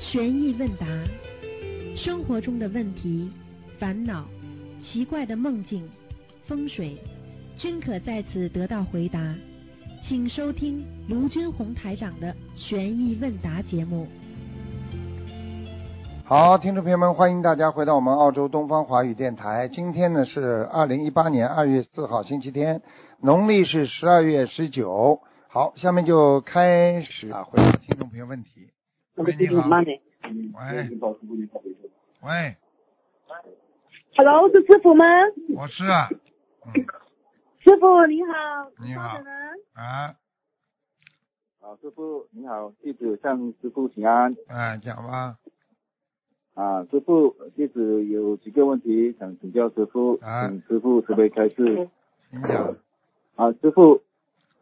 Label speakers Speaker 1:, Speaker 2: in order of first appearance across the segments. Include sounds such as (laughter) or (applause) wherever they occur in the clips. Speaker 1: 悬疑问答，生活中的问题、烦恼、奇怪的梦境、风水，均可在此得到回答。请收听卢军红台长的悬疑问答节目。
Speaker 2: 好，听众朋友们，欢迎大家回到我们澳洲东方华语电台。今天呢是二零一八年二月四号，星期天，农历是十二月十九。好，下面就开始啊，回答听众朋友问题。喂，你好。喂。喂，
Speaker 3: Hello，是师傅吗？
Speaker 2: 我是啊，嗯
Speaker 3: 师傅你好，
Speaker 2: 你好
Speaker 3: 稍等啊
Speaker 2: 啊，
Speaker 4: 好，啊师傅你好，弟子向师傅请安
Speaker 2: 啊，讲吧，
Speaker 4: 啊！师傅，弟子有几个问题想请教师傅，
Speaker 2: 啊
Speaker 4: 请师傅慈悲开示
Speaker 2: 你们讲。
Speaker 4: 啊！师傅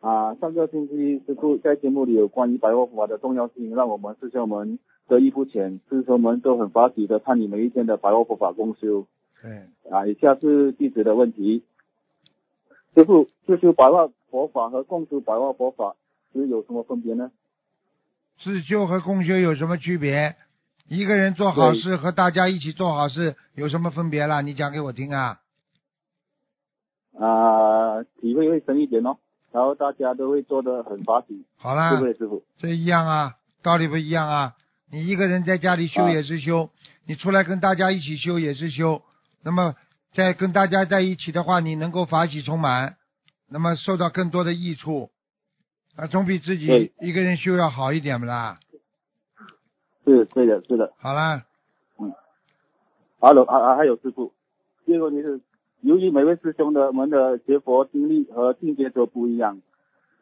Speaker 4: 啊，上个星期师傅在节目里有关于白话佛法的重要性，让我们师兄们得益不浅，师兄们都很发喜的看你们一天的白话佛法共修。
Speaker 2: 对，
Speaker 4: 啊，以下是弟子的问题。师傅，自修白话佛法和共修白话佛法是有什么分别呢？
Speaker 2: 自修和共修有什么区别？一个人做好事和大家一起做好事有什么分别啦？你讲给我听啊。
Speaker 4: 啊，体会会深一点哦，然后大家都会做的很发喜，
Speaker 2: 好
Speaker 4: 对
Speaker 2: 啦
Speaker 4: 不，对，师傅？
Speaker 2: 这一样啊，道理不一样啊。你一个人在家里修
Speaker 4: 啊
Speaker 2: 也是修，你出来跟大家一起修也是修。那么在跟大家在一起的话，你能够法喜充满，那么受到更多的益处，啊，总比自己
Speaker 4: 对
Speaker 2: 一个人修要好一点不啦？
Speaker 4: 是对的，是的。
Speaker 2: 好啦，
Speaker 4: 哈喽，啊啊，还有师傅，第二个问题是，由于每位师兄的们的学佛经历和境界都不一样，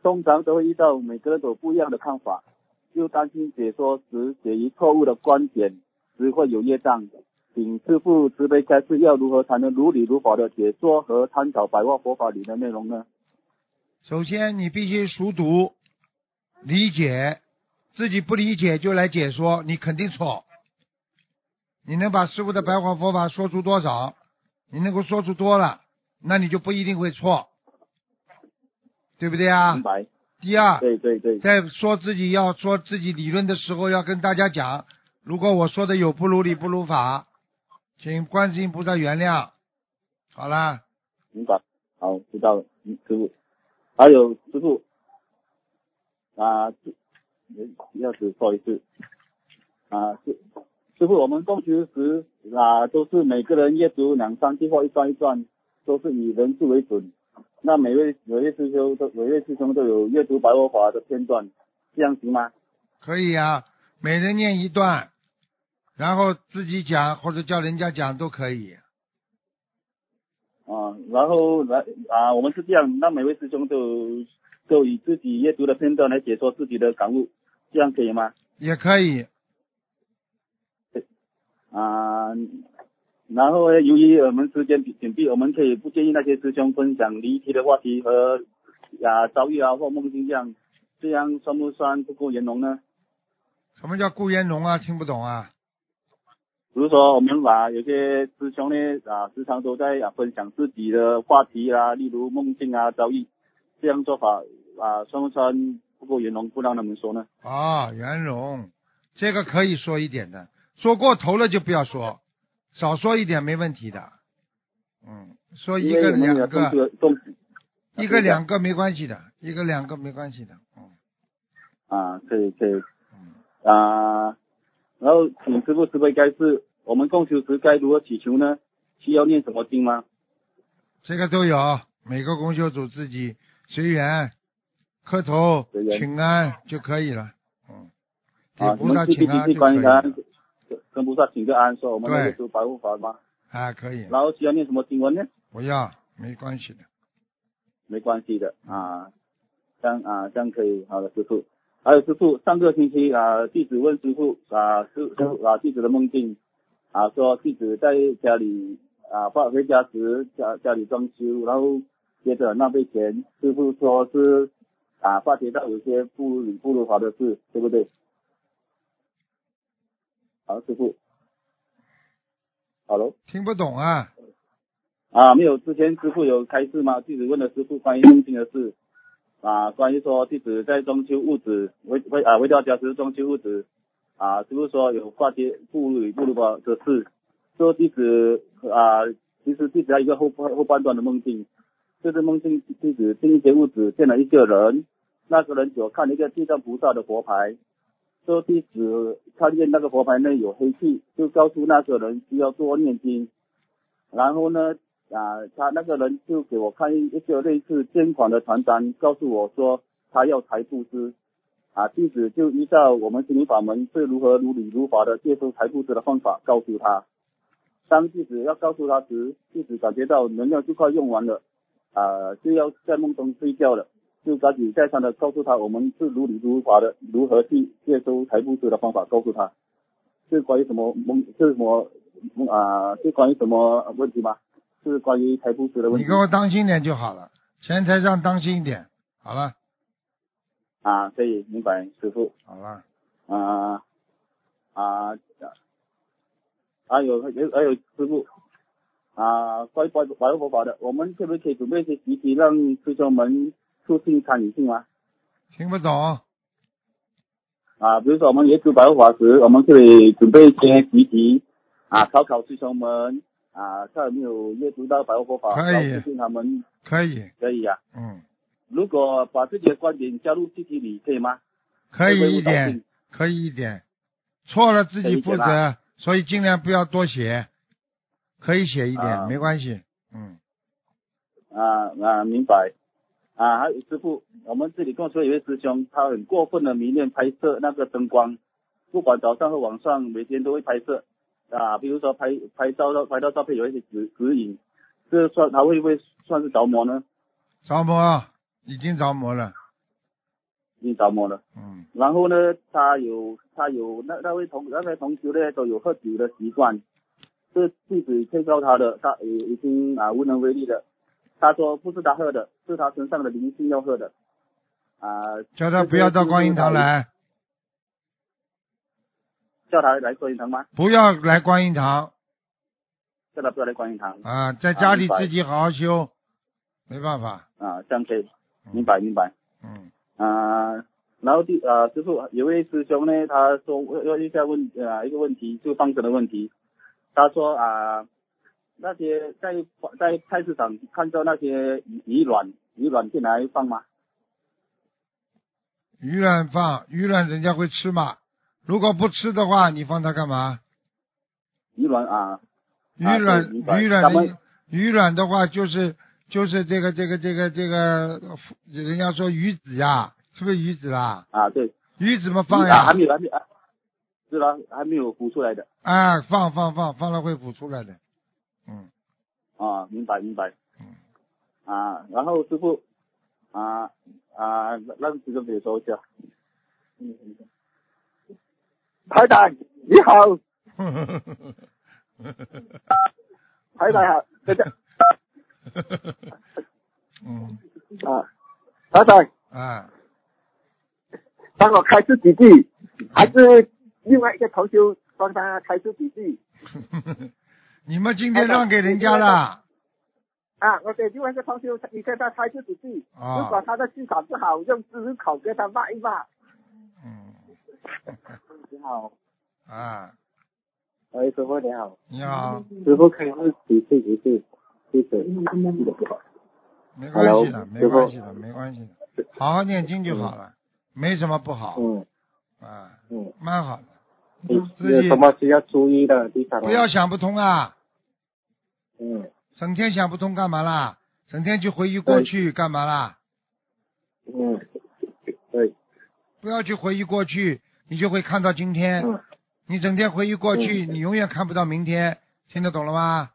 Speaker 4: 通常都会遇到每个人都有不一样的看法，又担心解说时解于错误的观点，只会有业障。请师傅慈悲开示，要如何才能如理如法的解说和参考白话佛法里的内容呢？
Speaker 2: 首先你必须熟读、理解，自己不理解就来解说，你肯定错。你能把师傅的白话佛法说出多少？你能够说出多了，那你就不一定会错，对不对啊
Speaker 4: 明？白？
Speaker 2: 第二，
Speaker 4: 对对对，
Speaker 2: 在说自己要说自己理论的时候，要跟大家讲，如果我说的有不如理不如法，请观世音菩萨原谅。好啦，
Speaker 4: 明白，好，知道了，嗯，师傅。还有师傅，啊，这要是不好意思，啊，师师傅，我们共修时啊，都是每个人阅读两三句或一段一段，都是以人数为准。那每位每位师兄都每位师兄都有阅读白话法的片段，这样行吗？
Speaker 2: 可以啊，每人念一段，然后自己讲或者叫人家讲都可以。
Speaker 4: 啊，然后来啊，我们是这样，那每位师兄都都以自己阅读的片段来解说自己的感悟，这样可以吗？
Speaker 2: 也可以，
Speaker 4: 啊，然后呢，由于我们时间比紧闭，我们可以不建议那些师兄分享离题的话题和啊遭遇啊或梦境这样，这样算不算不够圆融呢？
Speaker 2: 什么叫顾炎龙啊？听不懂啊？
Speaker 4: 比如说，我们把有些师兄呢啊，时常都在啊分享自己的话题啊，例如梦境啊、遭遇，这样做法啊，算不算不够圆融，不让他们说呢？
Speaker 2: 哦，圆融，这个可以说一点的，说过头了就不要说，少说一点没问题的。嗯，说一
Speaker 4: 因为
Speaker 2: 个
Speaker 4: 我们
Speaker 2: 两
Speaker 4: 也
Speaker 2: 个，
Speaker 4: 共修共
Speaker 2: 一个两个没关系的，一个两个没关系的，嗯，
Speaker 4: 啊，可以可以，啊，然后请师傅慈悲开示，我们共修时该如何祈求呢？需要念什么经吗？
Speaker 2: 这个都有，每个公修组自己随缘，磕头
Speaker 4: 随缘
Speaker 2: 请安就可以了，嗯，给
Speaker 4: 啊，我
Speaker 2: 菩萨
Speaker 4: 们去
Speaker 2: 请
Speaker 4: 去
Speaker 2: 安
Speaker 4: 去
Speaker 2: 就可
Speaker 4: 观
Speaker 2: 以
Speaker 4: 音
Speaker 2: 了
Speaker 4: 堂，跟菩萨请个安，说我们那
Speaker 2: 对
Speaker 4: 个时候白护法吗？
Speaker 2: 啊，可以，
Speaker 4: 然后需要念什么经文呢？
Speaker 2: 不要没关系的，
Speaker 4: 没关系的啊，这样啊这样可以，好的师傅。还有师傅，上个星期啊，弟子问师傅啊，师师傅啊，弟子的梦境啊，说弟子在家里啊，放回家时家家里装修，然后接着浪费钱，师傅说是啊，发觉到有些不理不如法的事，对不对？好，师傅，Hello。
Speaker 2: 听不懂啊，
Speaker 4: 啊，没有，之前师傅有开示吗？弟子问了师傅关于梦境的事，啊，关于说弟子在装修屋子，回回啊回到家时装修屋子，啊，比如说有挂接妇女部落的事，说弟子啊，其实弟子还有一个后半后半段的梦境，就是梦境弟子进节屋子见了一个人，那个人有看了一个地藏菩萨的佛牌，说弟子看见那个佛牌内有黑气，就告诉那个人需要多念经，然后呢。啊，他那个人就给我看一个类似捐款的传单，告诉我说他要财布施，啊，弟子就依照我们心灵法门是如何如理如法的接受财布施的方法告诉他。当弟子要告诉他时，弟子感觉到能量就快用完了，啊，就要在梦中睡觉了，就赶紧再三的告诉他我们是如理如法的如何去接收财布施的方法，告诉他。是关于什么梦？是什么啊？是关于什么问题吗？是关于财布施的问
Speaker 2: 你
Speaker 4: 题
Speaker 2: 给我当心点就好了，钱财上当心一点。好了，
Speaker 4: 啊，可以明白，师傅。
Speaker 2: 好了，
Speaker 4: 啊啊啊！有有还有师傅啊，关于白白佛法的，我们可不可以准备一些集体让师兄们促进参与进来？
Speaker 2: 听不懂，
Speaker 4: 啊，比如说我们研究白佛法时，我们可以准备一些集体啊，考考师兄们啊，看有没有阅读到白佛法，
Speaker 2: 可以
Speaker 4: 然后促进他们
Speaker 2: 可以，
Speaker 4: 可以啊。
Speaker 2: 嗯，
Speaker 4: 如果把自己的观点加入集体里，可以吗？
Speaker 2: 可
Speaker 4: 会不
Speaker 2: 以
Speaker 4: 会
Speaker 2: 一
Speaker 4: 不高
Speaker 2: 点
Speaker 4: 兴，
Speaker 2: 可以一点，错了自
Speaker 4: 可
Speaker 2: 己
Speaker 4: 以
Speaker 2: 负
Speaker 4: 写
Speaker 2: 责，所以尽量不要多写，可以写一点，
Speaker 4: 啊
Speaker 2: 没关系，嗯，
Speaker 4: 啊啊，明白。啊，还有师傅，我们这里跟我说有位师兄，他很过分的迷恋拍摄那个灯光，不管早上和晚上，每天都会拍摄。啊，比如说拍拍照到拍到照片有一些指指引，这算他会不会算是着魔呢？
Speaker 2: 着魔啊已经着魔了，
Speaker 4: 已经着魔了。
Speaker 2: 嗯，
Speaker 4: 然后呢，他有他有那那位同那位同学呢都有喝酒的习惯，这弟子劝告他的，他也已经啊无能为力了。他说不是他喝的，是他身上的灵性要喝的。啊，
Speaker 2: 叫他不要到观音堂，来，
Speaker 4: 叫他来观音堂吗？
Speaker 2: 不要来观音堂
Speaker 4: 叫他不要来观音堂
Speaker 2: 啊，在
Speaker 4: 啊
Speaker 2: 家里
Speaker 4: 明白
Speaker 2: 自己好好修，没办法，
Speaker 4: 啊，这样可以，
Speaker 2: 嗯
Speaker 4: 明白明白。
Speaker 2: 嗯，
Speaker 4: 啊，然后第啊，师傅有位师兄呢，他说要一下问啊一个问题，就放生的问题。他说啊，那些在在菜市场看到那些鱼鱼卵，鱼卵进来放吗？
Speaker 2: 鱼卵放鱼卵人家会吃嘛，如果不吃的话，你放它干嘛？
Speaker 4: 鱼卵啊，
Speaker 2: 鱼
Speaker 4: 啊
Speaker 2: 卵
Speaker 4: 对明白
Speaker 2: 鱼卵
Speaker 4: 咱们
Speaker 2: 的鱼卵的话，就是就是这个这个这个这个，人家说鱼子呀，是不是鱼子啦？
Speaker 4: 啊对，
Speaker 2: 鱼怎么
Speaker 4: 鱼
Speaker 2: 放
Speaker 4: 啊
Speaker 2: 呀
Speaker 4: 还？没有还没有，啊是吧？还没有孵出来的
Speaker 2: 啊，放放放放了会孵出来的。嗯，
Speaker 4: 啊，明白明白
Speaker 2: 嗯。
Speaker 4: 啊，然后师傅啊啊，让师兄给我说一下。嗯嗯。
Speaker 5: 台长你
Speaker 2: (laughs)
Speaker 5: 好，台长好，大家
Speaker 2: (laughs) 嗯
Speaker 5: 啊，台长
Speaker 2: 啊，
Speaker 5: 帮我开示几句，还是另外一个同修帮他开示几句
Speaker 2: (laughs) 你们今天让给人家了
Speaker 5: 啊？我给另外一个同修，你跟他开示几句，
Speaker 2: 啊
Speaker 5: 如果他的气场不好，用猪入口跟他骂一骂。
Speaker 2: 嗯
Speaker 5: 你好，
Speaker 2: 啊，
Speaker 4: 哎
Speaker 5: 喂，师傅你好，
Speaker 2: 你好，
Speaker 5: 师傅
Speaker 4: 啊
Speaker 5: 开示几句几句，谢谢。
Speaker 2: 没关系
Speaker 5: Hello，
Speaker 2: 的，没
Speaker 5: 师傅
Speaker 2: 关系的，没关系的，好好念经就好了，没什么不好
Speaker 5: 嗯
Speaker 2: 啊，
Speaker 5: 嗯，
Speaker 2: 蛮好的。自己
Speaker 5: 有什么需要注意的地方吗？
Speaker 2: 嗯不要想不通啊，
Speaker 5: 嗯
Speaker 2: 整天想不通干嘛啦？整天去回忆过去干嘛啦？
Speaker 5: 嗯，对，
Speaker 2: 不要去回忆过去，你就会看到今天。
Speaker 5: 嗯
Speaker 2: 你整天回忆过去，你永远看不到明天。听得懂了吗？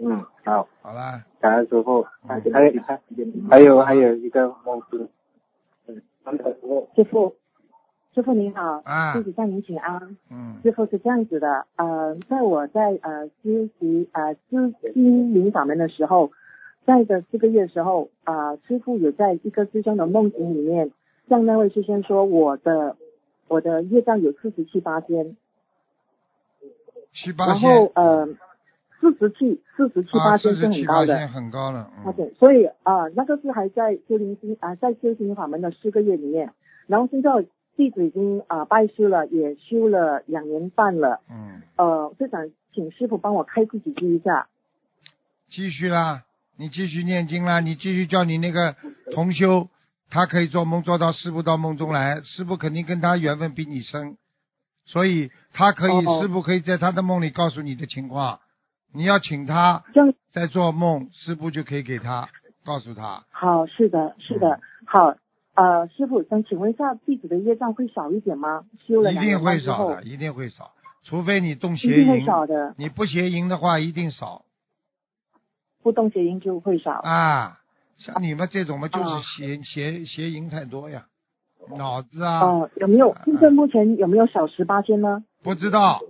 Speaker 5: 嗯好。
Speaker 2: 好了，
Speaker 5: 感恩师傅，还有还有还有一个梦境，嗯，
Speaker 3: 师傅，师傅您好，
Speaker 2: 啊
Speaker 3: 弟子向您请安。
Speaker 2: 嗯
Speaker 3: 师傅是这样子的，呃，在我在呃修习呃知心灵法门的时候，在的四个月的时候，啊、师傅也在一个师兄的梦境里面，向那位师兄说我的我的业障有四十七八千，
Speaker 2: 七八
Speaker 3: 然后
Speaker 2: 千，
Speaker 3: 呃四十七四十七八
Speaker 2: 啊，
Speaker 3: 千
Speaker 2: 四
Speaker 3: 是
Speaker 2: 十
Speaker 3: 很
Speaker 2: 七
Speaker 3: 高
Speaker 2: 八
Speaker 3: 的，
Speaker 2: 千很高了，
Speaker 3: 啊，
Speaker 2: 嗯，
Speaker 3: 对，所以啊、呃那个是还在修灵心啊、在修行法门的四个月里面，然后现在弟子已经啊、呃拜师了，也修了两年半了，
Speaker 2: 嗯，
Speaker 3: 呃，就想请师傅帮我开自己机一下。
Speaker 2: 继续啦，你继续念经啦，你继续叫你那个同修，他可以做梦做到师傅到梦中来，师傅肯定跟他缘分比你深，所以他可以，
Speaker 3: 哦
Speaker 2: 师傅可以在他的梦里告诉你的情况，你要请他
Speaker 3: 这样
Speaker 2: 在做梦，师傅就可以给他告诉他，
Speaker 3: 好，是的，是的，好，呃，师傅想请问一下，弟子的业障会少一点吗？修了
Speaker 2: 一
Speaker 3: 两
Speaker 2: 定
Speaker 3: 年半
Speaker 2: 会
Speaker 3: 之
Speaker 2: 少
Speaker 3: 后
Speaker 2: 的，，一定会少，除非你动
Speaker 3: 一
Speaker 2: 邪
Speaker 3: 定会
Speaker 2: 淫，
Speaker 3: 少的，
Speaker 2: 你不邪淫的话一定少。
Speaker 3: 不动谐音就会少。
Speaker 2: 啊，像你们这种嘛，就
Speaker 3: 啊
Speaker 2: 是邪邪邪淫太多呀，脑子啊
Speaker 3: 哦，有没有？现在目前有没有少十八天呢？
Speaker 2: 不知道，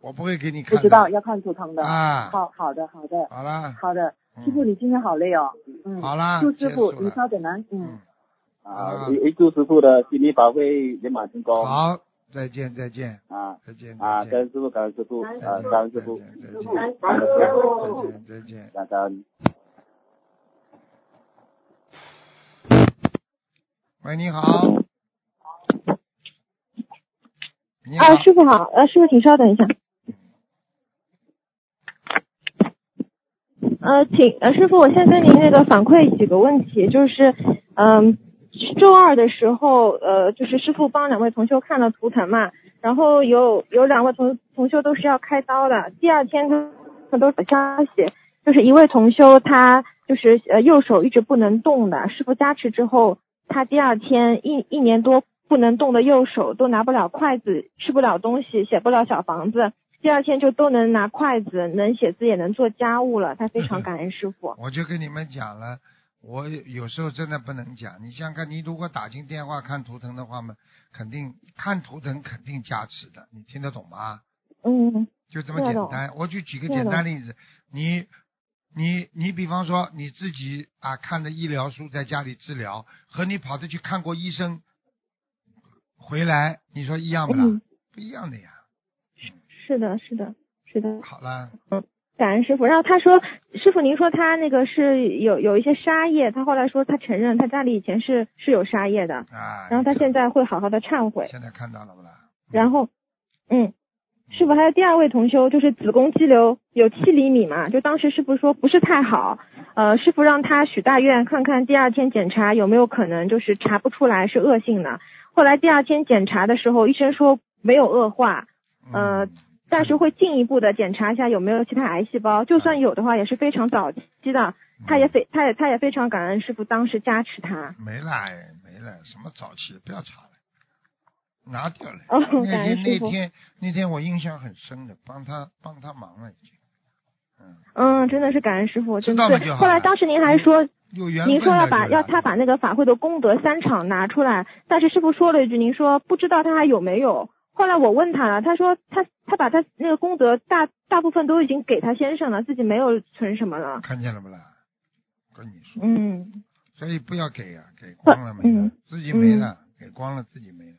Speaker 2: 我不会给你看
Speaker 3: 不
Speaker 2: 的。
Speaker 3: 知道，要看啊图腾的。
Speaker 2: 啊，
Speaker 3: 好好的，好的，
Speaker 2: 好啦，
Speaker 3: 好的。
Speaker 2: 嗯
Speaker 3: 师傅，你今天好累哦。嗯，
Speaker 2: 好啦，
Speaker 3: 祝
Speaker 2: 结
Speaker 3: 师傅
Speaker 2: 束
Speaker 3: 你
Speaker 2: 了
Speaker 3: 稍等啊。嗯
Speaker 2: 嗯。，
Speaker 4: 啊
Speaker 2: 啊，
Speaker 4: 也也祝师傅的心理法会圆满成功。
Speaker 2: 好，再见，再见，
Speaker 4: 啊
Speaker 2: 再见，
Speaker 4: 啊，
Speaker 2: 再
Speaker 4: 感
Speaker 2: 见，
Speaker 4: 恩师傅，感恩师傅，
Speaker 2: 再
Speaker 4: 啊，
Speaker 2: 见，
Speaker 4: 感恩
Speaker 2: 再
Speaker 4: 师傅，
Speaker 2: 见，再见，
Speaker 4: 感恩师傅，
Speaker 2: 再见，再见。
Speaker 4: 感恩。
Speaker 2: 喂，你好。你好。
Speaker 6: 啊，，师傅好，呃，师傅请稍等一下。呃，请呃，师傅，我先跟您那个反馈几个问题，就是，嗯、周二的时候，呃，就是师傅帮两位同修看了图腾嘛，然后有有两位同同修都是要开刀的，第二天他都有消息，就是一位同修他就是呃右手一直不能动的，师傅加持之后，他第二天一一年多不能动的右手都拿不了筷子，吃不了东西，写不了小房子，第二天就都能拿筷子，能写字也能做家务了。他非常感恩师傅
Speaker 2: 我就跟你们讲了，我有时候真的不能讲。你想想看，你如果打进电话看图腾的话嘛，肯定看图腾肯定加持的，你听得懂吗？
Speaker 6: 嗯
Speaker 2: 就这么简单。我就举个简单例子，你你你，比方说你自己啊看的医疗书在家里治疗，和你跑着去看过医生，回来你说一样不啦？
Speaker 6: 嗯，
Speaker 2: 不一样的呀。
Speaker 6: 是的，是的，是的。
Speaker 2: 好了，
Speaker 6: 感恩师傅。然后他说，师傅您说他那个是有有一些沙业，他后来说他承认他家里以前是是有沙业的，
Speaker 2: 啊。
Speaker 6: 然后他
Speaker 2: 你看
Speaker 6: 现在会好好的忏悔。
Speaker 2: 现在看到了不啦？
Speaker 6: 然后，嗯，师傅还有第二位同修，就是子宫肌瘤有七厘米嘛，就当时师傅说不是太好，呃，师傅让他许大愿看看第二天检查有没有可能就是查不出来是恶性的。后来第二天检查的时候，医生说没有恶化，呃
Speaker 2: 嗯
Speaker 6: 但是会进一步的检查一下有没有其他癌细胞，就算有的话也是非常早期的。
Speaker 2: 嗯
Speaker 6: 他也非他也他也非常感恩师傅当时加持他。
Speaker 2: 没了，哎没了，什么早期不要查了，拿掉了。
Speaker 6: 哦，
Speaker 2: 那
Speaker 6: 感恩
Speaker 2: 天
Speaker 6: 师
Speaker 2: 那
Speaker 6: 傅。
Speaker 2: 天那天我印象很深的，帮他帮他忙了已经，嗯，
Speaker 6: 嗯，真的是感恩师傅，
Speaker 2: 知
Speaker 6: 真
Speaker 2: 道
Speaker 6: 的
Speaker 2: 了
Speaker 6: 是。
Speaker 2: 就好
Speaker 6: 后来
Speaker 2: 了
Speaker 6: 当时您还说
Speaker 2: 有缘分
Speaker 6: 您
Speaker 2: 的
Speaker 6: 说要
Speaker 2: 就
Speaker 6: 把
Speaker 2: 是
Speaker 6: 要他把那个法会的功德三场拿出来，但是师傅说了一句，您说不知道他还有没有。后来我问他了，他说他他把他那个功德大大部分都已经给他先生了，自己没有存什么了。
Speaker 2: 看见了不啦？跟你说，
Speaker 6: 嗯，
Speaker 2: 所以不要给啊，给光了没了，
Speaker 6: 嗯
Speaker 2: 自己没了，给光了自己没了，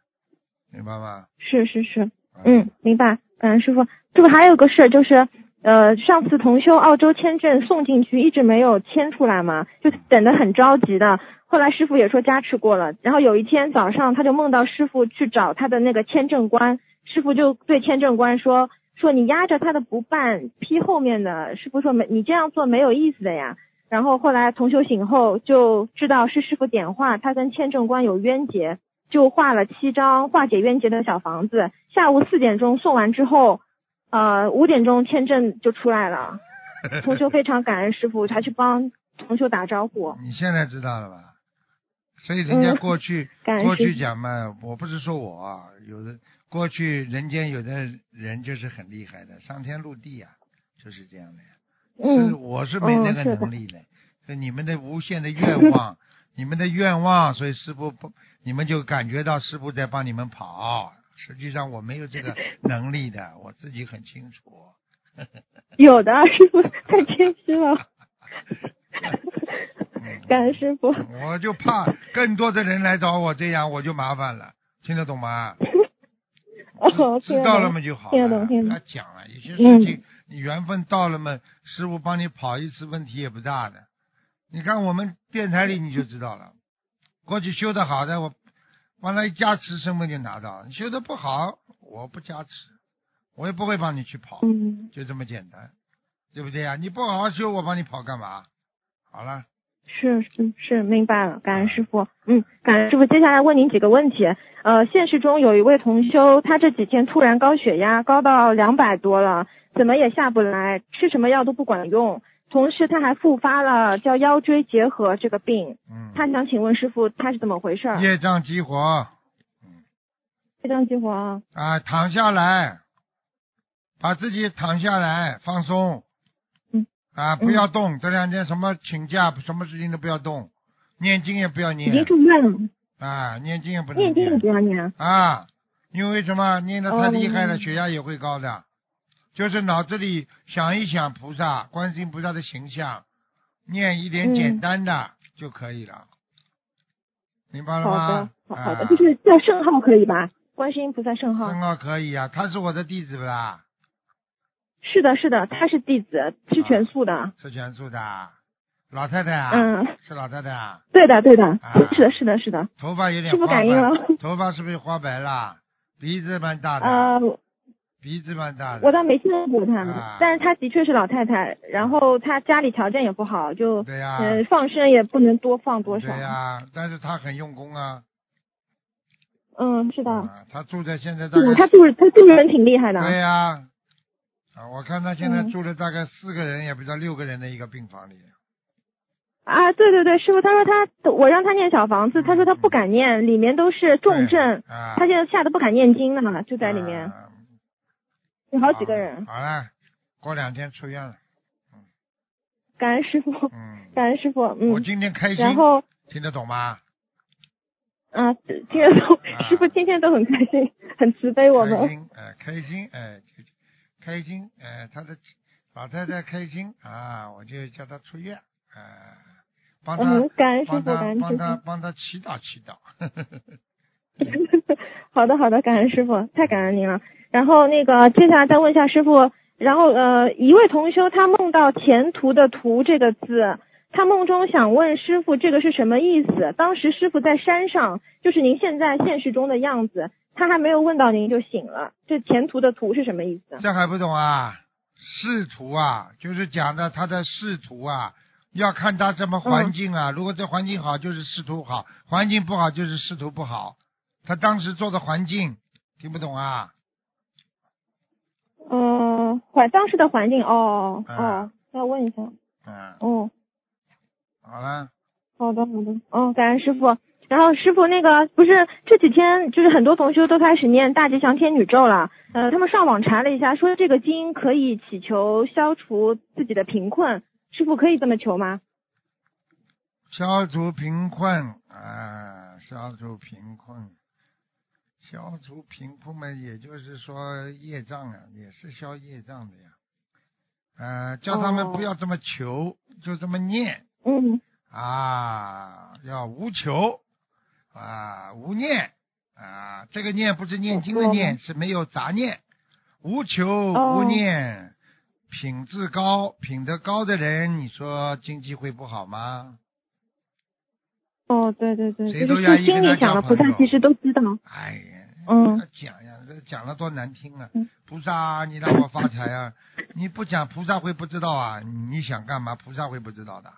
Speaker 2: 明白吗？
Speaker 6: 是是是，
Speaker 2: 啊
Speaker 6: 嗯，，明白。嗯，师傅，这个还有个事儿就是。呃，上次同修澳洲签证送进去，一直没有签出来嘛，就等得很着急的。后来师傅也说加持过了，然后有一天早上他就梦到师傅去找他的那个签证官，师傅就对签证官说说你压着他的不办，批后面的。师傅说没，你这样做没有意思的呀。然后后来同修醒后就知道是师傅点化，他跟签证官有冤结，就画了七张化解冤结的小房子。下午四点钟送完之后，呃，五点钟签证就出来了。同修非常感恩师傅，还去帮同修打招呼。
Speaker 2: 你现在知道了吧？所以人家
Speaker 6: 嗯
Speaker 2: 过去、
Speaker 6: (laughs) 感恩
Speaker 2: 过去
Speaker 6: 师
Speaker 2: 讲嘛，我不是说我啊，有的过去人间有的人就是很厉害的，上天入地呀、就是这样的呀。就是
Speaker 6: 嗯，
Speaker 2: 我是没那
Speaker 6: 嗯
Speaker 2: 个
Speaker 6: 是的
Speaker 2: 能力的，就你们的无限的愿
Speaker 6: (laughs)
Speaker 2: 望，你们的愿望，所以师傅不，你们就感觉到师傅在帮你们跑。实际上我没有这
Speaker 6: (laughs)
Speaker 2: 个能力的，我自己很清楚。
Speaker 6: 有的师傅太谦虚了， (laughs) 感恩师傅。
Speaker 2: 我就怕更多的人来找我，这样我就麻烦了，听得懂吗？
Speaker 6: (laughs) 哦，
Speaker 2: 知知道了嘛就好
Speaker 6: 听
Speaker 2: 了，
Speaker 6: 得懂听
Speaker 2: 不
Speaker 6: 得懂嗯
Speaker 2: 要讲了。有些事情你缘分到了嘛，师傅帮你跑一次，问题也不大的。
Speaker 6: (laughs)
Speaker 2: 你看我们电台里你就知道了，过去修的好的，我往那一加持，身份就拿到了。你修的不好，我不加持，我也不会帮你去跑，
Speaker 6: 嗯，
Speaker 2: 就这么简单，对不对呀、你不好好修，我帮你跑干嘛？好了，
Speaker 6: 是是是，明白了，感恩师傅。嗯，感恩师傅。接下来问您几个问题。呃，现实中有一位同修，他这几天突然高血压，高到两百多了，怎么也下不来，吃什么药都不管用。同时他还复发了叫腰椎结核这个病，
Speaker 2: 嗯，
Speaker 6: 他想请问师傅他是怎么回事儿？
Speaker 2: 业障激活啊、
Speaker 6: 这张激活啊，
Speaker 2: 躺下来，把自己躺下来放松，
Speaker 6: 嗯，
Speaker 2: 啊，不要动，这两天什么请假，什么事情都不要动，念经也不要
Speaker 6: 已经
Speaker 2: 念，
Speaker 6: 住院了，
Speaker 2: 啊，念经也不能
Speaker 6: 念经也不要念啊。
Speaker 2: 啊，因为什么念的太厉害了，
Speaker 6: 哦
Speaker 2: 血压也会高的。就是脑子里想一想菩萨、观世音菩萨的形象，念一点
Speaker 6: 嗯
Speaker 2: 简单的就可以了，明白了
Speaker 6: 好
Speaker 2: 吗
Speaker 6: 的？，好好的，
Speaker 2: 啊
Speaker 6: 就是叫圣号可以吧？观世音菩萨圣号。
Speaker 2: 正好可以啊，他是我的弟子不啦？
Speaker 6: 是的，是的，他是弟子，吃全素的。
Speaker 2: 吃全素的啊，老太太啊，
Speaker 6: 嗯，
Speaker 2: 是老太太啊，
Speaker 6: 对的，对的
Speaker 2: 啊，
Speaker 6: 是的，是的，是的。
Speaker 2: 头发有点
Speaker 6: 师傅
Speaker 2: 花白
Speaker 6: 感应，了
Speaker 2: 头发是不是花白啦？鼻子蛮大的，
Speaker 6: 呃，
Speaker 2: 鼻子蛮大的。
Speaker 6: 我倒没见过
Speaker 2: 啊
Speaker 6: 他，但是他的确是老太太，然后他家里条件也不好，就
Speaker 2: 对呀、
Speaker 6: 呃放生也不能多放多
Speaker 2: 对
Speaker 6: 少。
Speaker 2: 呀、但是他很用功啊。
Speaker 6: 嗯，是的。
Speaker 2: 啊，他住在现在大概
Speaker 6: 嗯，他做他做人挺厉害的。
Speaker 2: 对呀、啊，我看他现在
Speaker 6: 嗯
Speaker 2: 住了大概四个人，也不知道六个人的一个病房里。
Speaker 6: 啊，对对对，师傅，他说他我让他念小房子，他说他不敢念，里面都是重症，
Speaker 2: 嗯对啊，
Speaker 6: 他现在吓得不敢念经了，就在里面，
Speaker 2: 啊
Speaker 6: 有好几个人。
Speaker 2: 好了，过两天出院了。
Speaker 6: 感恩师傅，
Speaker 2: 嗯，
Speaker 6: 感恩师傅，
Speaker 2: 我
Speaker 6: 嗯。
Speaker 2: 今天开心，
Speaker 6: 然后
Speaker 2: 听得懂吗？
Speaker 6: 啊，今天都、
Speaker 2: 啊
Speaker 6: 师傅今天都很开心，很慈悲我
Speaker 2: 开
Speaker 6: 们。
Speaker 2: 心，哎、开心，哎、就开心，哎、他的老太太开心啊，我就叫他出院，啊，帮他、
Speaker 6: 嗯，感恩师
Speaker 2: 帮
Speaker 6: 傅，感
Speaker 2: 他
Speaker 6: 恩
Speaker 2: 帮他
Speaker 6: 师
Speaker 2: 帮他祈祷祈祷。
Speaker 6: 傅。好的，好的，感恩师傅，太感恩您了。然后那个接下来再问一下师傅，然后呃，一位同修他梦到前途的途这个字，他梦中想问师傅这个是什么意思？当时师傅在山上，就是您现在现实中的样子，他还没有问到您就醒了。这前途的途是什么意思？
Speaker 2: 这还不懂啊？仕途啊，就是讲的他的仕途啊，要看他什么环境啊。如果这环境好，就是仕途好；环境不好，就是仕途不好。他当时做的环境听不懂啊？
Speaker 6: 嗯、环当时的环境，哦
Speaker 2: 啊
Speaker 6: 哦，要问一下，
Speaker 2: 嗯，
Speaker 6: 哦。
Speaker 2: 好了，
Speaker 6: 好的，好的，嗯，感恩师傅。然后师傅那个不是这几天就是很多同修都开始念大吉祥天女咒了，呃，他们上网查了一下，说这个经可以祈求消除自己的贫困，师傅可以这么求吗？
Speaker 2: 消除贫困啊，消除贫困，消除贫困嘛，也就是说业障啊，也是消业障的呀。呃，叫他们
Speaker 6: 哦
Speaker 2: 不要这么求，就这么念。
Speaker 6: 嗯，
Speaker 2: 啊，要无求啊，无念啊，这个念不是念经的念，是没有杂念，无求
Speaker 6: 哦
Speaker 2: 无念，品质高、品德高的人，你说经济会不好吗？
Speaker 6: 哦，对对对，
Speaker 2: 谁都
Speaker 6: 就是
Speaker 2: 愿
Speaker 6: 说
Speaker 2: 意
Speaker 6: 心
Speaker 2: 跟他
Speaker 6: 里想
Speaker 2: 交
Speaker 6: 的，菩
Speaker 2: 朋
Speaker 6: 萨
Speaker 2: 友
Speaker 6: 其实都知道。
Speaker 2: 哎呀，
Speaker 6: 嗯
Speaker 2: 不要讲呀，这讲了多难听啊
Speaker 6: 嗯！
Speaker 2: 菩萨，你让我发财
Speaker 6: (laughs)
Speaker 2: 啊！你不讲，菩萨会不知道啊！你想干嘛，菩萨会不知道的。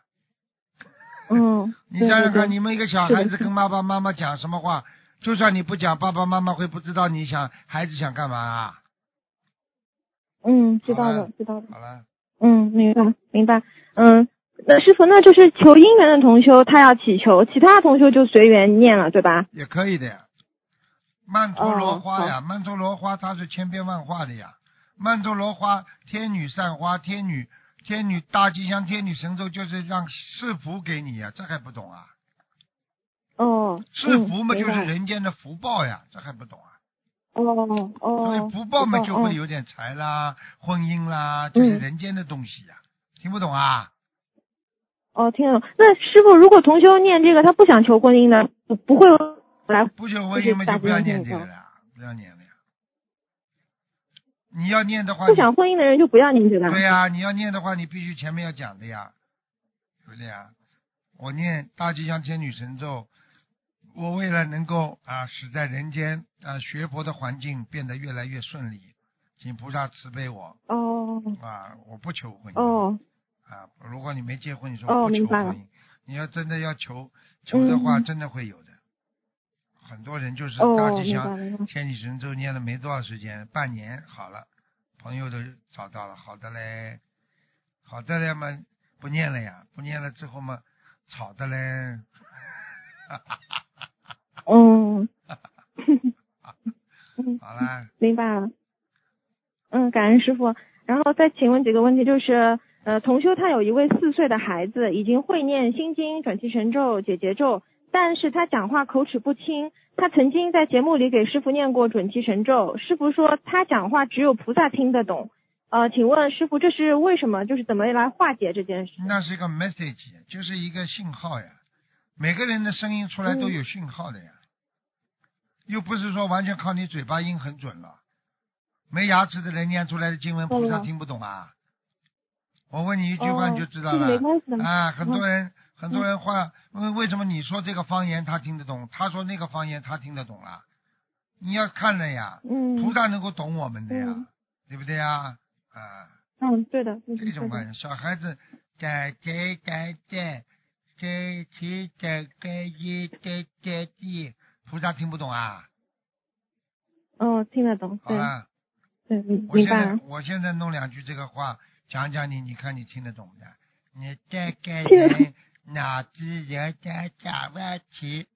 Speaker 6: 嗯，
Speaker 2: (laughs) 你
Speaker 6: 对
Speaker 2: 想想
Speaker 6: 对
Speaker 2: 看，
Speaker 6: 对
Speaker 2: 你们一个小孩子跟爸爸妈妈讲什么话，就算你不讲，爸爸妈妈会不知道你想孩子想干嘛啊？
Speaker 6: 嗯，知道
Speaker 2: 好
Speaker 6: 的
Speaker 2: 了，
Speaker 6: 知道的。
Speaker 2: 好了，
Speaker 6: 嗯，明白明白。嗯，那师傅，那就是求姻缘的同修他要祈求，其他同修就随缘念了，对吧？
Speaker 2: 也可以的呀。曼陀罗花
Speaker 6: 哦
Speaker 2: 呀，曼陀罗花它是千变万化的呀。曼陀罗花，天女散花，天女天女大吉祥，天女神咒就是让赐福给你呀，这还不懂啊？
Speaker 6: 哦，
Speaker 2: 赐
Speaker 6: 嗯
Speaker 2: 福嘛就
Speaker 6: 明
Speaker 2: 是
Speaker 6: 白
Speaker 2: 人间的福报呀，这还不懂啊？
Speaker 6: 哦
Speaker 2: 所
Speaker 6: 哦
Speaker 2: 以，福哎报嘛就会
Speaker 6: 有。
Speaker 2: 有点财啦、婚姻啦，就是
Speaker 6: 嗯
Speaker 2: 人间的东西呀，听不懂啊？
Speaker 6: 哦，听得懂。那师傅，如果同修念这个，他不想求婚姻的，不不会来。
Speaker 2: 不求婚姻嘛，就不要念这个了，不要念了呀。你要念的话，
Speaker 6: 不想婚姻的人就不要念这个。
Speaker 2: 你对呀、你要念的话，你必须前面要讲的呀，对不对呀？我念大吉祥天女神咒，我为了能够啊使在人间啊学佛的环境变得越来越顺利，请菩萨慈悲我
Speaker 6: 哦
Speaker 2: 啊！我不求婚姻
Speaker 6: 哦
Speaker 2: 啊！如果你没结婚，你说
Speaker 6: 哦
Speaker 2: 我不求
Speaker 6: 明白
Speaker 2: 婚
Speaker 6: 了
Speaker 2: 姻，你要真的要求求的话，
Speaker 6: 嗯
Speaker 2: 真的会有的。很多人就是大
Speaker 6: 哦，
Speaker 2: 吉
Speaker 6: 明白
Speaker 2: 祥
Speaker 6: 明白。
Speaker 2: 千里神州念了没多少时间，半年好了，朋友都找到了，好的嘞，好的嘞嘛，不念了呀，不念了之后嘛，吵的嘞，
Speaker 6: 嗯，
Speaker 2: 好啦，
Speaker 6: 明白了。嗯，感恩师傅。然后再请问几个问题，就是呃，同修他有一位四岁的孩子，已经会念心经、转气神咒、解结咒，但是他讲话口齿不清。他曾经在节目里给师傅念过准提神咒，师傅说他讲话只有菩萨听得懂。呃，请问师傅这是为什么？就是怎么来化解这件事？
Speaker 2: 那是一个 message，就是一个信号呀。每个人的声音出
Speaker 6: 嗯
Speaker 2: 来都有信号的呀，又不是说完全靠你嘴巴音很准了。没牙齿的人念出来的经文，
Speaker 6: 懂
Speaker 2: 菩萨
Speaker 6: 了
Speaker 2: 听不懂啊。我问你一句话
Speaker 6: 哦
Speaker 2: 你就知道
Speaker 6: 这
Speaker 2: 了。
Speaker 6: 没关系的嘛
Speaker 2: 啊，很多人很
Speaker 6: 嗯
Speaker 2: 多人话，为为什么你说这个方言他听得懂，他说那个方言他听得懂啊？你要看了呀，
Speaker 6: 嗯
Speaker 2: 菩萨能够懂我们的呀，
Speaker 6: 嗯
Speaker 2: 对不对呀？啊。
Speaker 6: 嗯，对的，嗯
Speaker 2: 这种
Speaker 6: 对的
Speaker 2: 关系，小孩子在在在在在起在在一在在地，菩萨听不懂啊？
Speaker 6: 哦，听得懂，
Speaker 2: 好
Speaker 6: 对
Speaker 2: 了，
Speaker 6: 对，明
Speaker 2: 我
Speaker 6: 明
Speaker 2: 现
Speaker 6: 白
Speaker 2: 在
Speaker 6: 了。
Speaker 2: 我现在弄两句这个话讲讲你，你看你听得懂不？你这个
Speaker 6: 听得
Speaker 2: 人脑子有点小问题，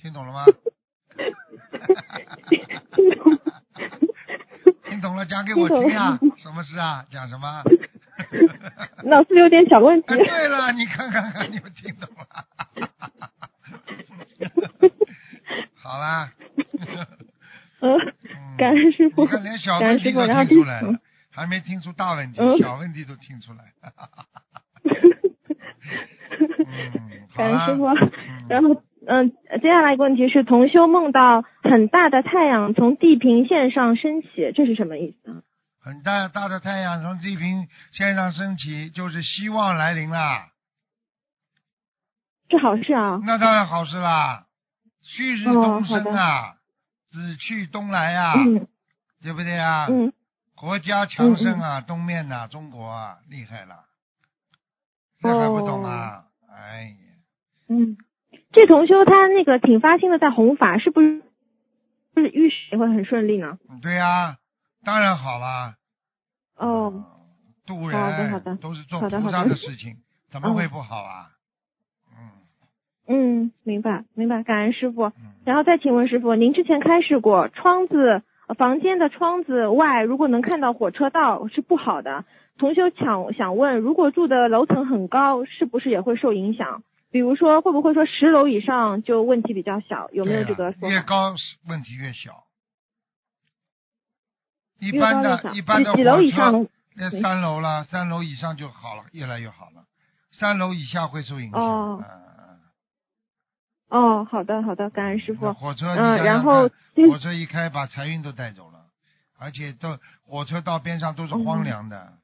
Speaker 2: 听懂了吗？
Speaker 6: (laughs) 听得懂
Speaker 2: (laughs) 听懂了讲给我
Speaker 6: 听懂
Speaker 2: 听啊
Speaker 6: 了！
Speaker 2: 什么事啊？讲什么？
Speaker 6: 脑子有点小问
Speaker 2: (laughs)
Speaker 6: 题
Speaker 2: 哎，。对了，你看看看，你们听懂啊了？
Speaker 6: (laughs)
Speaker 2: 好啦，
Speaker 6: 嗯，
Speaker 2: 嗯
Speaker 6: 感恩师傅
Speaker 2: 你看
Speaker 6: (laughs)
Speaker 2: 连小
Speaker 6: 感
Speaker 2: 问
Speaker 6: 恩
Speaker 2: 题
Speaker 6: 师傅
Speaker 2: 都
Speaker 6: 然后
Speaker 2: 听出
Speaker 6: 这
Speaker 2: 来
Speaker 6: 嗯
Speaker 2: 了，还没听出大问题，
Speaker 6: 嗯
Speaker 2: 小问题都听出来。嗯，好
Speaker 6: (laughs) 感恩
Speaker 2: 啦
Speaker 6: 师傅。
Speaker 2: 嗯
Speaker 6: 然后，嗯、接下来一个问题是，同修梦到很大的太阳从地平线上升起，这是什么意思啊？
Speaker 2: 很大大的太阳从地平线上升起，就是希望来临啦，
Speaker 6: 这好事啊！
Speaker 2: 那当然好事
Speaker 6: 哦
Speaker 2: 啦，旭日东升啊，紫去东来啊，
Speaker 6: 嗯
Speaker 2: 对不对啊？
Speaker 6: 嗯
Speaker 2: 国家强盛啊，东面呐、中国啊，厉害了，这还不懂啊？
Speaker 6: 哦
Speaker 2: 哎呀，
Speaker 6: 嗯，这同修他那个挺发心的在弘法，是不是？就是遇事也会很顺利呢？
Speaker 2: 嗯对呀、当然好啦。呃
Speaker 6: 哦，
Speaker 2: 渡
Speaker 6: 好的好
Speaker 2: 人
Speaker 6: 的
Speaker 2: 都是做
Speaker 6: 好的哦
Speaker 2: 菩
Speaker 6: 好
Speaker 2: 萨
Speaker 6: 的
Speaker 2: 的事
Speaker 6: (laughs)
Speaker 2: 情，怎么会不好啊？嗯
Speaker 6: 嗯，明白明白，感恩师傅。
Speaker 2: 嗯，
Speaker 6: 然后再请问师傅，您之前开示过，窗子、呃房间的窗子外如果能看到火车道是不好的。同修想想问，如果住的楼层很高，是不是也会受影响？比如说，会不会说十楼以上就问题比较小？有没有这
Speaker 2: 对
Speaker 6: 个
Speaker 2: 了
Speaker 6: 说
Speaker 2: 越
Speaker 6: 法？
Speaker 2: 高是问题越小。一
Speaker 6: 越
Speaker 2: 般
Speaker 6: 高
Speaker 2: 的
Speaker 6: 越小，
Speaker 2: 一般的
Speaker 6: 几楼
Speaker 2: 火
Speaker 6: 以
Speaker 2: 车
Speaker 6: 上？
Speaker 2: 那三楼了，三楼以上就好了，越来越好了。三楼以下会受影响。
Speaker 6: 哦
Speaker 2: 嗯嗯
Speaker 6: 哦，好的好的，感恩师
Speaker 2: 那
Speaker 6: 傅。
Speaker 2: 火车，呃你
Speaker 6: 嗯，
Speaker 2: 想
Speaker 6: 然
Speaker 2: 想
Speaker 6: 后
Speaker 2: 看
Speaker 6: 就
Speaker 2: 火车一开，把财运都带走了，而且到火车道边上都是荒凉的，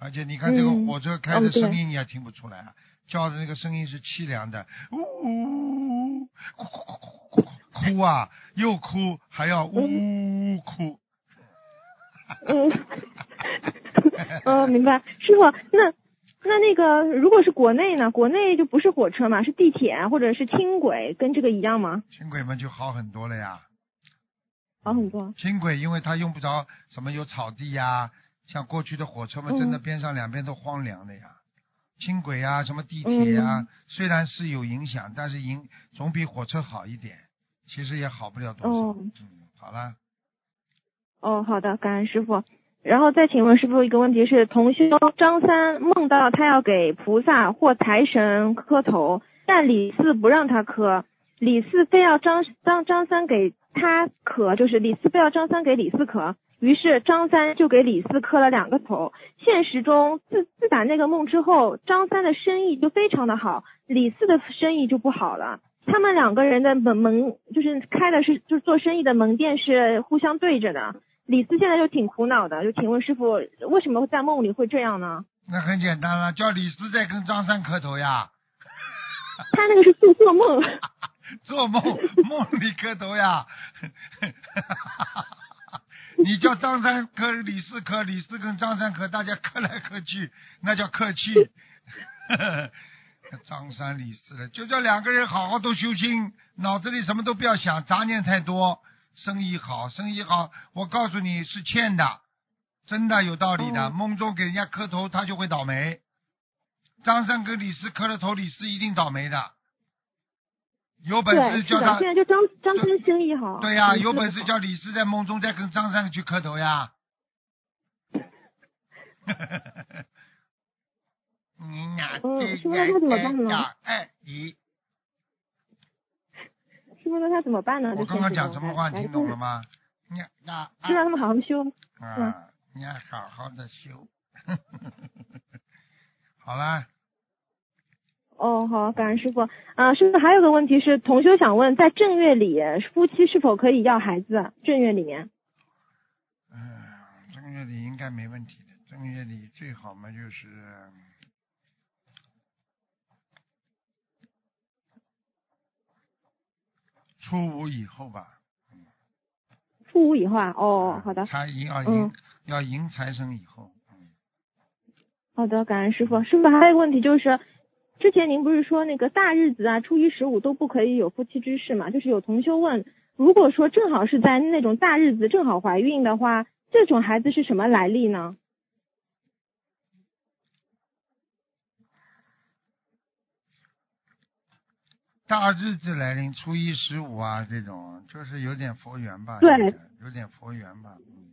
Speaker 2: 而且你看这个
Speaker 6: 嗯
Speaker 2: 火车开
Speaker 6: 嗯
Speaker 2: 的
Speaker 6: 对
Speaker 2: 声音，你也听不出来啊，叫的那个声音是凄凉的，呜呜呜，哭哭哭哭哭哭哭啊，又哭还要呜呜呜哭，
Speaker 6: 嗯， (laughs) 呃，明白，师傅，那那那个如果是国内呢？国内就不是火车嘛，是地铁啊或者是轻轨，跟这个一样吗？
Speaker 2: 轻轨嘛就好很多了呀。
Speaker 6: 好很多。啊
Speaker 2: 轻轨因为它用不着什么有草地呀、像过去的火车嘛，
Speaker 6: 嗯
Speaker 2: 真的边上两边都荒凉的呀。轻轨呀、什么地铁呀、
Speaker 6: 嗯
Speaker 2: 虽然是有影响，但是影总比火车好一点。其实也好不了多少。
Speaker 6: 哦
Speaker 2: 嗯，好了，
Speaker 6: 哦，好的，感恩师傅。然后再请问师傅一个问题是：同修张三梦到他要给菩萨或财神磕头，但李四不让他磕，李四非要张张张三给他磕，就是李四非要张三给李四磕。于是张三就给李四磕了两个头。现实中，自自打那个梦之后，张三的生意就非常的好，李四的生意就不好了。他们两个人的门门就是开的是就是做生意的门店是互相对着的。李四现在就挺苦恼的，就请问师傅，为什么在梦里会这样呢？
Speaker 2: 那很简单了，叫李四在跟张三磕头呀，啊
Speaker 6: (laughs) 他那个是做做梦，
Speaker 2: 做做梦梦里磕头呀。 (laughs) 你叫张三磕李四磕，李四跟张三磕，大家磕来磕去，那叫客气。 (laughs) 张三李四了，就叫两个人好好都修心，脑子里什么都不要想，杂念太多，生意好，生意好，我告诉你是欠的，真的有道理的。
Speaker 6: 哦
Speaker 2: 梦中给人家磕头，他就会倒霉。张三跟李四磕了头，李四一定倒霉的。有本
Speaker 6: 对，
Speaker 2: 事
Speaker 6: 是
Speaker 2: 叫
Speaker 6: 的，
Speaker 2: 他
Speaker 6: 现在就张张三生意好。
Speaker 2: 对
Speaker 6: (laughs)
Speaker 2: 呀、
Speaker 6: 嗯
Speaker 2: 有
Speaker 6: 是
Speaker 2: 本
Speaker 6: 的
Speaker 2: 事叫李四在梦中再跟张三去磕头呀。 (laughs) 你俩
Speaker 6: 嗯
Speaker 2: 这
Speaker 6: 师傅那他怎么办呢
Speaker 2: 呀？哎，咦，
Speaker 6: 师傅，那他怎么办呢？
Speaker 2: 我
Speaker 6: 这
Speaker 2: 刚
Speaker 6: 现
Speaker 2: 刚
Speaker 6: 实
Speaker 2: 讲
Speaker 6: 中
Speaker 2: 什么话，
Speaker 6: 哎
Speaker 2: 听懂了吗？你
Speaker 6: (laughs)
Speaker 2: 呀，
Speaker 6: 就让他们好好修。嗯
Speaker 2: 啊，你要好好的修。 (laughs) 好啦，
Speaker 6: 哦，好，感恩师傅。啊，师傅还有个问题是，同修想问，在正月里，夫妻是否可以要孩子啊？正月里面，
Speaker 2: 嗯，正月里应该没问题的。正月里最好嘛就是，初五以后吧。
Speaker 6: 初五以后啊？哦，好的，
Speaker 2: 财迎要迎、
Speaker 6: 嗯
Speaker 2: 要迎财神以后，嗯，
Speaker 6: 好的，感恩师傅。师傅还有个问题就是，之前您不是说那个大日子啊，初一十五都不可以有夫妻之事嘛？就是有同修问，如果说正好是在那种大日子正好怀孕的话，这种孩子是什么来历呢？
Speaker 2: 大日子来临，初一十五啊，这种就是有点佛缘吧，
Speaker 6: 对
Speaker 2: 有点，有点佛缘吧，嗯，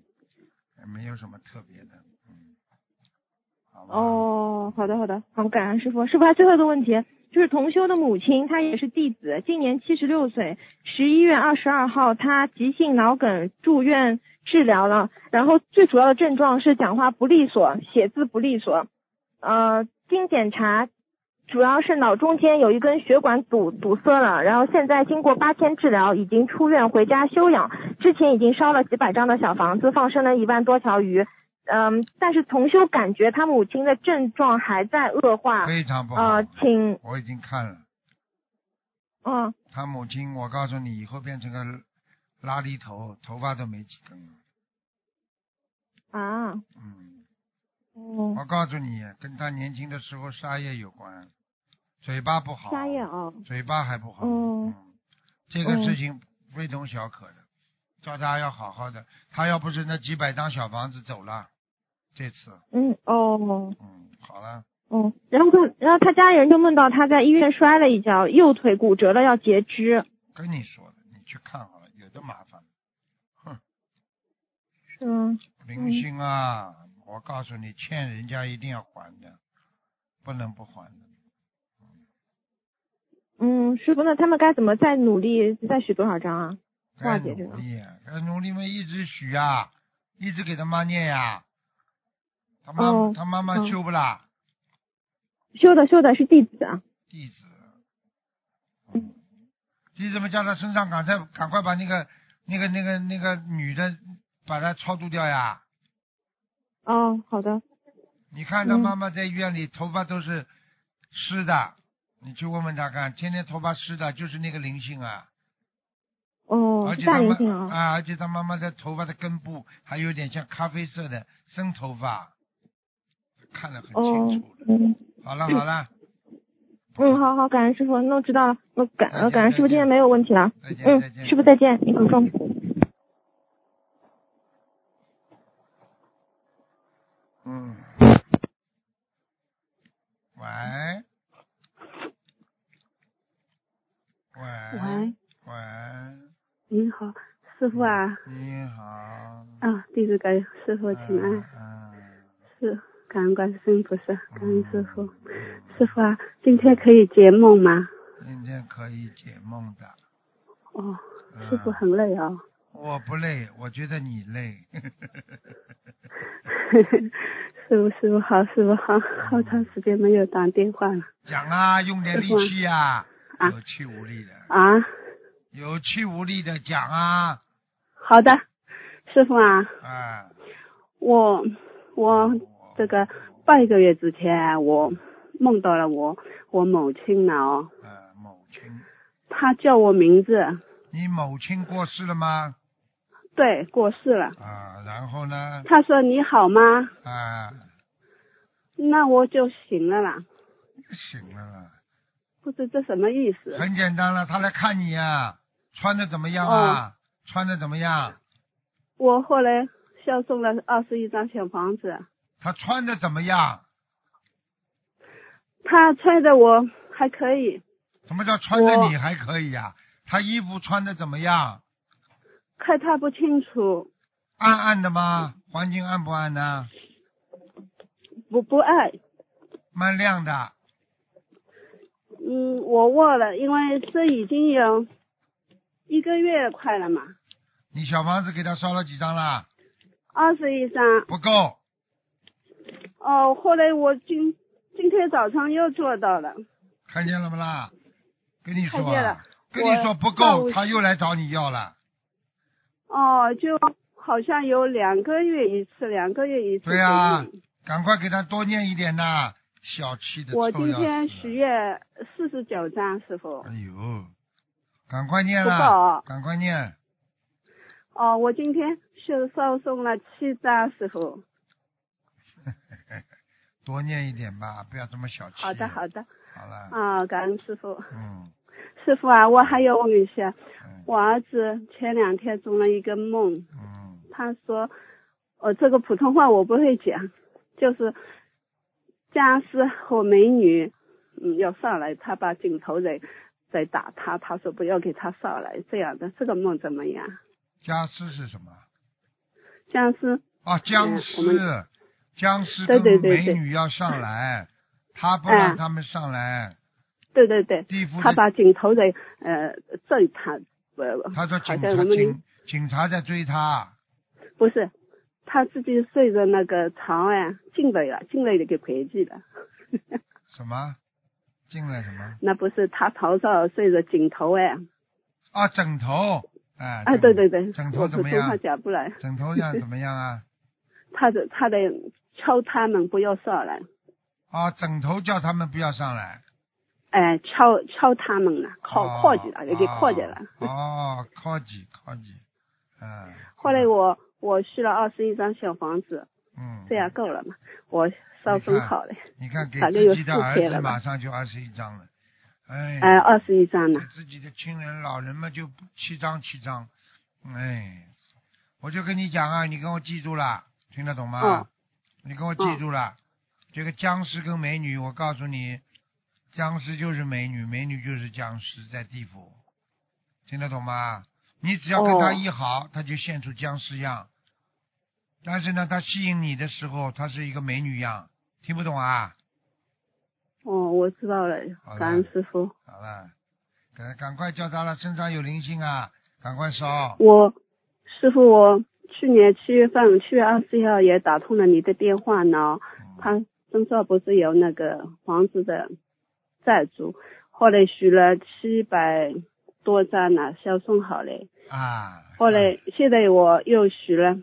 Speaker 2: 也没有什么特别的，嗯，好吧，，
Speaker 6: 哦，好的好的，好，感恩师傅。师傅还最后一个问题，就是同修的母亲，她也是弟子，今年七十六岁，十一月二十二号，她急性脑梗住院治疗了，然后最主要的症状是讲话不利索，写字不利索，呃，经检查。主要是脑中间有一根血管堵堵塞了，然后现在经过八天治疗，已经出院回家休养。之前已经烧了几百张的小房子，放生了一万多条鱼，嗯，但是同修感觉他母亲的症状还在恶化。
Speaker 2: 非常不好，
Speaker 6: 呃，请，
Speaker 2: 我已经看了，
Speaker 6: 嗯，
Speaker 2: 他母亲，我告诉你，以后变成个拉力头，头发都没几根了，
Speaker 6: 啊，
Speaker 2: 嗯，
Speaker 6: 哦，
Speaker 2: 我告诉你，跟他年轻的时候沙业有关，嘴巴不好，
Speaker 6: 沙叶哦，
Speaker 2: 嘴巴还不好，
Speaker 6: 哦
Speaker 2: 嗯，这个
Speaker 6: 哦
Speaker 2: 事情非同小可的，叫他要好好的。他要不是那几百张小房子走了，这次，
Speaker 6: 嗯，哦，
Speaker 2: 嗯，好了，
Speaker 6: 哦，然后他，然后他家人就梦到他在医院摔了一跤，右腿骨折了，要截肢。
Speaker 2: 跟你说了，你去看好了，有的麻烦，
Speaker 6: 嗯，
Speaker 2: 灵性啊，我告诉你，欠人家一定要还的，不能不还的。
Speaker 6: 嗯，师傅，那他们该怎么再努力，再许多少张啊？
Speaker 2: 该
Speaker 6: 化解这
Speaker 2: 努
Speaker 6: 个
Speaker 2: 力，该努力嘛，一直许啊，一直给他妈念呀、他妈、
Speaker 6: 哦
Speaker 2: 他妈妈
Speaker 6: 嗯
Speaker 2: 修不啦？
Speaker 6: 修的修的是弟子啊。
Speaker 2: 弟子，
Speaker 6: 嗯
Speaker 2: 你怎么叫他身上赶快赶快把那个那个那个那个女的把她超度掉呀？
Speaker 6: 哦，好的，
Speaker 2: 你看他
Speaker 6: 嗯
Speaker 2: 妈妈在医院里头发都是湿的，你去问问她看，天天头发湿的，就是那个灵性啊，
Speaker 6: 哦
Speaker 2: 而，且
Speaker 6: 是大
Speaker 2: 他
Speaker 6: 灵
Speaker 2: 妈
Speaker 6: 性啊。
Speaker 2: 而且他妈妈的头发的根部还有点像咖啡色的生头发，看得很
Speaker 6: 哦
Speaker 2: 清楚了。，
Speaker 6: 嗯。
Speaker 2: 好了好了，
Speaker 6: 嗯，好好，感恩师傅，那我知道了，我感
Speaker 2: 再见
Speaker 6: 呃感恩师傅，
Speaker 2: 再见
Speaker 6: 今天没有问题了。
Speaker 2: 再见
Speaker 6: 嗯
Speaker 2: 再见，
Speaker 6: 师傅再见，你保重。
Speaker 2: 嗯，喂，喂，
Speaker 7: 喂，
Speaker 2: 喂。
Speaker 7: 您好，师傅啊，
Speaker 2: 你好，
Speaker 7: 啊，弟子给师傅请安，
Speaker 2: 嗯，
Speaker 7: 是感恩观世音菩萨，感恩师傅。
Speaker 2: 嗯
Speaker 7: 师傅啊，今天可以解梦吗？
Speaker 2: 今天可以解梦的。
Speaker 7: 哦，
Speaker 2: 嗯
Speaker 7: 师傅很累哦。 (laughs)
Speaker 2: 我不累，我觉得你累。
Speaker 7: 师傅，师傅好，师傅好，
Speaker 2: 嗯
Speaker 7: (laughs) 好长时间没有打电话了
Speaker 2: 讲啊，用点力气呀、
Speaker 7: 啊
Speaker 2: 有气无力的，
Speaker 7: 啊。
Speaker 2: 有气无力的讲啊，
Speaker 7: 好的，师傅啊，
Speaker 2: 啊，
Speaker 7: 我我这个半个月之前啊，我梦到了我我母亲呢哦，
Speaker 2: 呃，某亲，
Speaker 7: 他叫我名字，
Speaker 2: 你母亲过世了吗？
Speaker 7: 对，过世了。
Speaker 2: 啊，然后呢？
Speaker 7: 他说你好吗？
Speaker 2: 啊，
Speaker 7: 那我就醒了啦，
Speaker 2: 醒了啦。
Speaker 7: 不知这什么意思。
Speaker 2: 很简单了，他来看你啊，穿的怎么样
Speaker 7: 哦
Speaker 2: 啊？穿的怎么样？
Speaker 7: 我后来孝送了二十一张小房子，
Speaker 2: 他穿的怎么样？
Speaker 7: 他穿的我还可以，
Speaker 2: 什么叫穿的
Speaker 7: 我
Speaker 2: 你还可以呀、他衣服穿的怎么样？
Speaker 7: 看他不清楚，
Speaker 2: 暗暗的吗？环境暗不暗呢？
Speaker 7: 不不爱。
Speaker 2: 蛮亮的，
Speaker 7: 嗯，我握了，因为这已经有一个月快了嘛，
Speaker 2: 你小房子给他烧了几张啦？
Speaker 7: 二十一张。
Speaker 2: 不够，
Speaker 7: 哦，后来我今今天早上又做到了，
Speaker 2: 看见了不啦？跟你说
Speaker 7: 看见
Speaker 2: 啊
Speaker 7: 了，
Speaker 2: 跟你说
Speaker 7: 我
Speaker 2: 不
Speaker 7: 上午
Speaker 2: 够，他又来找你要了。
Speaker 7: 哦，就好像有两个月一次，两个月一次。
Speaker 2: 对啊赶快给他多念一点呐，小气的
Speaker 7: 我
Speaker 2: 臭
Speaker 7: 今
Speaker 2: 要
Speaker 7: 天
Speaker 2: 死
Speaker 7: 许愿四十九张，师傅。
Speaker 2: 哎呦，赶快念
Speaker 7: 不够啊
Speaker 2: 了，赶快念，
Speaker 7: 哦，我今天是烧送了七张，师傅。
Speaker 2: 多念一点吧，不要这么小气。
Speaker 7: 好的，好的。
Speaker 2: 好了，
Speaker 7: 啊、感恩师傅。
Speaker 2: 嗯
Speaker 7: 师傅啊，我还要问一下，
Speaker 2: 嗯
Speaker 7: 我儿子前两天做了一个梦，
Speaker 2: 嗯，
Speaker 7: 他说，我、这个普通话我不会讲，就是僵尸和美女，嗯，要上来，他把镜头人在打他，他说不要给他上来，这样的这个梦怎么样？
Speaker 2: 僵尸是什么？
Speaker 7: 僵尸，
Speaker 2: 啊，僵
Speaker 7: 嗯我们
Speaker 2: 尸，僵尸
Speaker 7: 对
Speaker 2: 跟
Speaker 7: 对对
Speaker 2: 美
Speaker 7: 对
Speaker 2: 女要上来，他不让他们上来，
Speaker 7: 对对对，
Speaker 2: 地府
Speaker 7: 他
Speaker 2: 的
Speaker 7: 把镜头人呃震他，呃，
Speaker 2: 他说
Speaker 7: 好
Speaker 2: 警
Speaker 7: 像
Speaker 2: 察
Speaker 7: 我们
Speaker 2: 警警察在追他，
Speaker 7: 不是。他自己睡着那个床啊，进来了，进来了给回去了。
Speaker 2: 什么进来什么
Speaker 7: 那不是他头上睡着枕头哎，
Speaker 2: 啊枕头，哎
Speaker 7: 啊，对对对，
Speaker 2: 枕
Speaker 7: 我
Speaker 2: 头怎
Speaker 7: 普
Speaker 2: 么
Speaker 7: 通话
Speaker 2: 样？
Speaker 7: 讲不来，
Speaker 2: 枕头
Speaker 7: (laughs)
Speaker 2: 样怎么样啊？
Speaker 7: 他的他的敲他们不要上来，
Speaker 2: 啊，枕头叫他们不要上来，
Speaker 7: 哎，敲敲他们了，靠
Speaker 2: 哦
Speaker 7: 靠起来，给靠起来。
Speaker 2: 哦，哦靠几靠几，嗯。
Speaker 7: 后来我我续了二十一张小房子，
Speaker 2: 嗯，
Speaker 7: 这样够了嘛？我烧
Speaker 2: 啊
Speaker 7: 分好了，
Speaker 2: 你看给
Speaker 7: 反正
Speaker 2: 自
Speaker 7: 有
Speaker 2: 己的
Speaker 7: 四
Speaker 2: 儿
Speaker 7: 天
Speaker 2: 子
Speaker 7: 了吧
Speaker 2: 马上就二十一张了，哎，
Speaker 7: 哎，二十一张呢
Speaker 2: 给。自己的亲人、老人们就七张七张，哎，我就跟你讲啊，你跟我记住了，听得懂吗？
Speaker 7: 哦
Speaker 2: 你跟我记住了，这个僵尸跟美女，我告诉你，僵尸就是美女，美女就是僵尸，在地府，听得懂吗？你只要跟他
Speaker 7: 哦
Speaker 2: 一好，他就现出僵尸样。但是呢，他吸引你的时候，他是一个美女样，听不懂啊？
Speaker 7: 哦，我知道了
Speaker 2: 嗯好的，
Speaker 7: 感恩师傅。
Speaker 2: 好了，赶赶快叫他了，身上有灵性啊，赶快烧。
Speaker 7: 我师傅，我去年七月份，七月二十一号也打通了你的电话呢。
Speaker 2: 嗯
Speaker 7: 他身上不是有那个房子的债主，后来许了七百多张呢，销送好嘞。
Speaker 2: 啊，
Speaker 7: 后来现在我又许了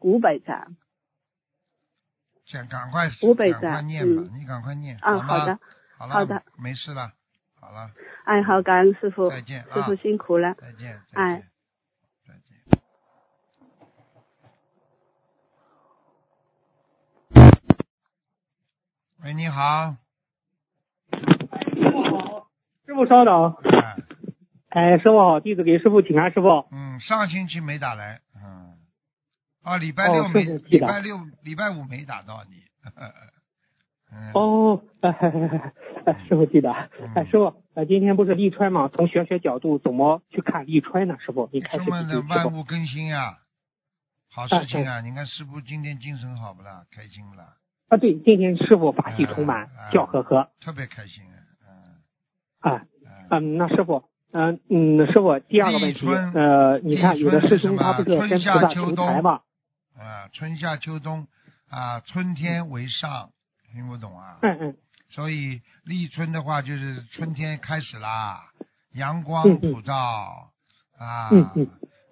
Speaker 7: 五百张
Speaker 2: 想赶快
Speaker 7: 五百
Speaker 2: 赶快
Speaker 7: 张
Speaker 2: 念吧，
Speaker 7: 嗯
Speaker 2: 你赶快念，
Speaker 7: 啊，
Speaker 2: 好吗
Speaker 7: 好的，，
Speaker 2: 好了，
Speaker 7: 好的，
Speaker 2: 没事了，好了，
Speaker 7: 哎，好，感恩师傅，
Speaker 2: 再见
Speaker 7: 师
Speaker 2: 啊
Speaker 7: 傅，辛苦了。
Speaker 2: 再见，再
Speaker 7: 哎
Speaker 2: 见，再见。喂，你好，
Speaker 8: 师傅稍等，啊
Speaker 2: 哎，
Speaker 8: 哎，师傅好，弟子给师傅请安，师傅。
Speaker 2: 嗯，上星期没打来，嗯，啊，礼拜
Speaker 8: 哦
Speaker 2: 六
Speaker 8: 是
Speaker 2: 没，
Speaker 8: 我记
Speaker 2: 礼
Speaker 8: 得
Speaker 2: 拜六、礼拜五没打到你， (laughs) 嗯，
Speaker 8: 哦，哎哎哎，师傅记得，哎，师傅，呃，今天不是利川嘛？从玄学角度怎么去看利川呢？师傅，你开
Speaker 2: 这
Speaker 8: 始
Speaker 2: 么的
Speaker 8: 自己师
Speaker 2: 万
Speaker 8: 傅。
Speaker 2: 物更新呀、好事情啊！你看师傅今天精神好不啦？开心不啦？
Speaker 8: 啊，对，今天师傅法喜充满
Speaker 2: 哎哎，
Speaker 8: 笑呵呵
Speaker 2: 特别开心啊！嗯
Speaker 8: 啊。
Speaker 2: 嗯，
Speaker 8: 嗯，那师傅，嗯嗯，师傅，第二个问
Speaker 2: 立
Speaker 8: 题，
Speaker 2: 春
Speaker 8: 呃，你看
Speaker 2: 立
Speaker 8: 有的
Speaker 2: 春
Speaker 8: 师
Speaker 2: 是什
Speaker 8: 兄
Speaker 2: 么
Speaker 8: 他不是
Speaker 2: 春
Speaker 8: 跟菩
Speaker 2: 夏
Speaker 8: 萨
Speaker 2: 秋
Speaker 8: 求
Speaker 2: 冬
Speaker 8: 财嘛？
Speaker 2: 啊，春夏秋冬啊，春天为上，听不懂啊？
Speaker 8: 嗯 (laughs) 嗯，
Speaker 2: 所以立春的话，就是春天开始啦，阳光
Speaker 8: 嗯嗯
Speaker 2: 普照、啊、
Speaker 8: 嗯嗯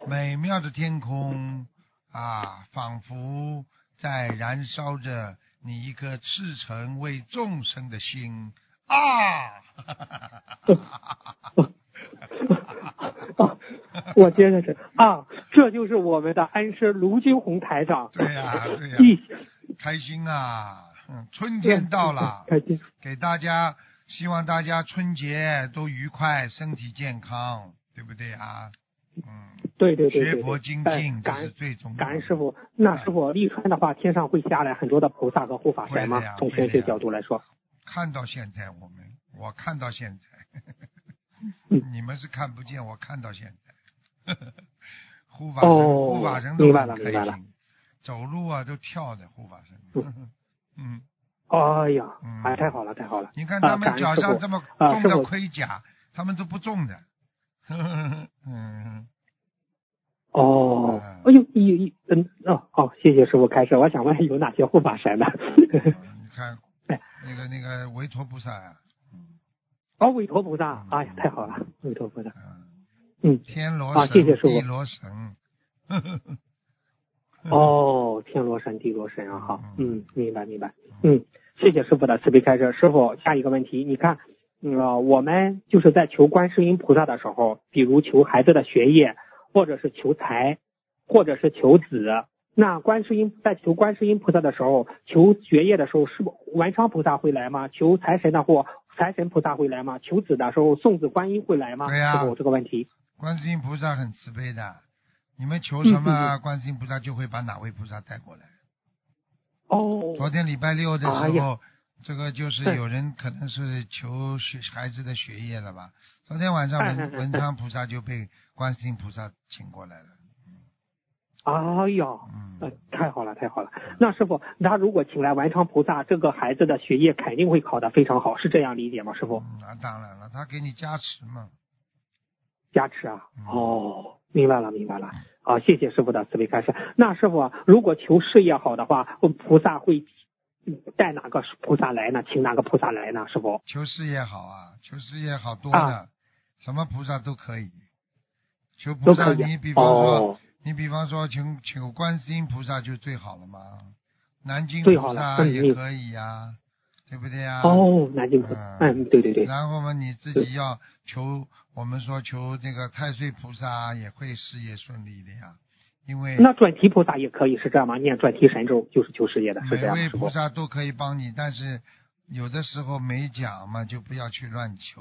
Speaker 2: 美妙的天空啊，仿佛在燃烧着你一颗赤诚为众生的心啊！
Speaker 8: 啊我接着是啊，这就是我们的安师卢军红台长。
Speaker 2: 对呀对呀
Speaker 8: (laughs) 一
Speaker 2: 开心啊！嗯，春天到了，
Speaker 8: 开 (laughs) 心。
Speaker 2: 给大家希望大家春节都愉快，身体健康，对不对啊？嗯，
Speaker 8: 对对对对
Speaker 2: 学
Speaker 8: 对
Speaker 2: 佛精
Speaker 8: 哎
Speaker 2: 进这
Speaker 8: 感
Speaker 2: 是
Speaker 8: 恩
Speaker 2: 最重要
Speaker 8: 感恩
Speaker 2: 的。
Speaker 8: 师傅，那师傅利川的话，天上会下来很多的菩萨和护法神
Speaker 2: 会
Speaker 8: 吗
Speaker 2: 的呀？
Speaker 8: 从玄学角度来说，
Speaker 2: 看到现在，我们我看到现在，
Speaker 8: 嗯
Speaker 2: 你们是看不见，我看到现
Speaker 8: (laughs)
Speaker 2: 在。护法神，
Speaker 8: 哦
Speaker 2: 护法神都
Speaker 8: 明白了
Speaker 2: 很开
Speaker 8: 明白了
Speaker 2: 心，走路啊都跳的护法神
Speaker 8: 嗯。
Speaker 2: 嗯，
Speaker 8: 哎呀
Speaker 2: 嗯，
Speaker 8: 哎，太好了太好了，
Speaker 2: 你看
Speaker 8: 啊
Speaker 2: 他
Speaker 8: 感
Speaker 2: 们
Speaker 8: 恩
Speaker 2: 脚
Speaker 8: 师
Speaker 2: 上
Speaker 8: 父
Speaker 2: 这么
Speaker 8: 啊
Speaker 2: 重
Speaker 8: 师
Speaker 2: 的
Speaker 8: 父
Speaker 2: 盔甲，他们都不重的。 (laughs) 嗯，
Speaker 8: 哦
Speaker 2: 嗯，
Speaker 8: 哎呦，一一嗯哦好，谢谢师傅开示。我想问有哪些护法
Speaker 2: (laughs)
Speaker 8: 神呢？
Speaker 2: 你看
Speaker 8: 哎
Speaker 2: 那个那个维陀菩萨啊，
Speaker 8: 哦，韦陀菩萨
Speaker 2: 嗯，
Speaker 8: 哎呀，太好了，韦陀菩萨，
Speaker 2: 嗯，
Speaker 8: 嗯，
Speaker 2: 天罗
Speaker 8: 啊
Speaker 2: 神，
Speaker 8: 谢谢师父
Speaker 2: 地罗神。
Speaker 8: 哦，天罗神，地罗神啊，哈，
Speaker 2: 嗯
Speaker 8: 嗯，明白明白，嗯，谢谢师傅的慈悲开示。师傅，下一个问题，你看，嗯、呃我们就是在求观世音菩萨的时候，比如求孩子的学业，或者是求财，或者是求子。那观世音在求观世音菩萨的时候，求学业的时候，是不文昌菩萨会来吗？求财神的或财神菩萨会来吗？求子的时候，送子观音会来吗？
Speaker 2: 对呀
Speaker 8: 师傅这个问题。
Speaker 2: 观世音菩萨很慈悲
Speaker 8: (laughs)
Speaker 2: 的，你们求什
Speaker 8: 嗯
Speaker 2: 么，啊观世音菩萨就会把哪位菩萨带过来。
Speaker 8: 哦，
Speaker 2: 昨天礼拜六的
Speaker 8: 哎
Speaker 2: 时候，
Speaker 8: 呀
Speaker 2: 这个就是
Speaker 8: 嗯
Speaker 2: 有人可能是求学孩子的学业了吧？昨天晚上
Speaker 8: 嗯嗯
Speaker 2: 文
Speaker 8: 嗯
Speaker 2: 文昌菩萨就被观世音菩萨请过来了。
Speaker 8: 哎呀，呃
Speaker 2: 嗯，，
Speaker 8: 太好了，太好了。那师傅，他如果请来文昌菩萨，这个孩子的学业肯定会考得非常好，是这样理解吗？师傅，
Speaker 2: 嗯那当然了，他给你加持嘛。
Speaker 8: 加持啊
Speaker 2: 嗯。
Speaker 8: 哦，明白了，明白了。啊，谢谢师傅的慈悲开示。那师傅，如果求事业好的话，呃菩萨会嗯带哪个菩萨来呢？请哪个菩萨来呢？师傅？
Speaker 2: 求事业好啊，求事业好多
Speaker 8: 啊
Speaker 2: 了，什么菩萨都可以。求菩
Speaker 8: 都
Speaker 2: 萨，
Speaker 8: 可以啊
Speaker 2: 你比方说，
Speaker 8: 啊哦，
Speaker 2: 你比方说求求观世音菩萨就最好了嘛，南京
Speaker 8: 最好
Speaker 2: 菩
Speaker 8: 了
Speaker 2: 萨
Speaker 8: 嗯
Speaker 2: 也
Speaker 8: 你
Speaker 2: 可以呀、啊对不对呀、
Speaker 8: 哦，南京菩萨，
Speaker 2: 嗯
Speaker 8: 嗯，对对对，
Speaker 2: 然后嘛，你自己要求，我们说求那个太岁菩萨啊也会事业顺利的呀，因为
Speaker 8: 那转提菩萨也可以是这样吗？念转提神咒就是求事业的，是这
Speaker 2: 每
Speaker 8: 样吗？
Speaker 2: 位
Speaker 8: 师傅
Speaker 2: 菩？萨都可以帮你，但是有的时候没讲嘛，就不要去乱求。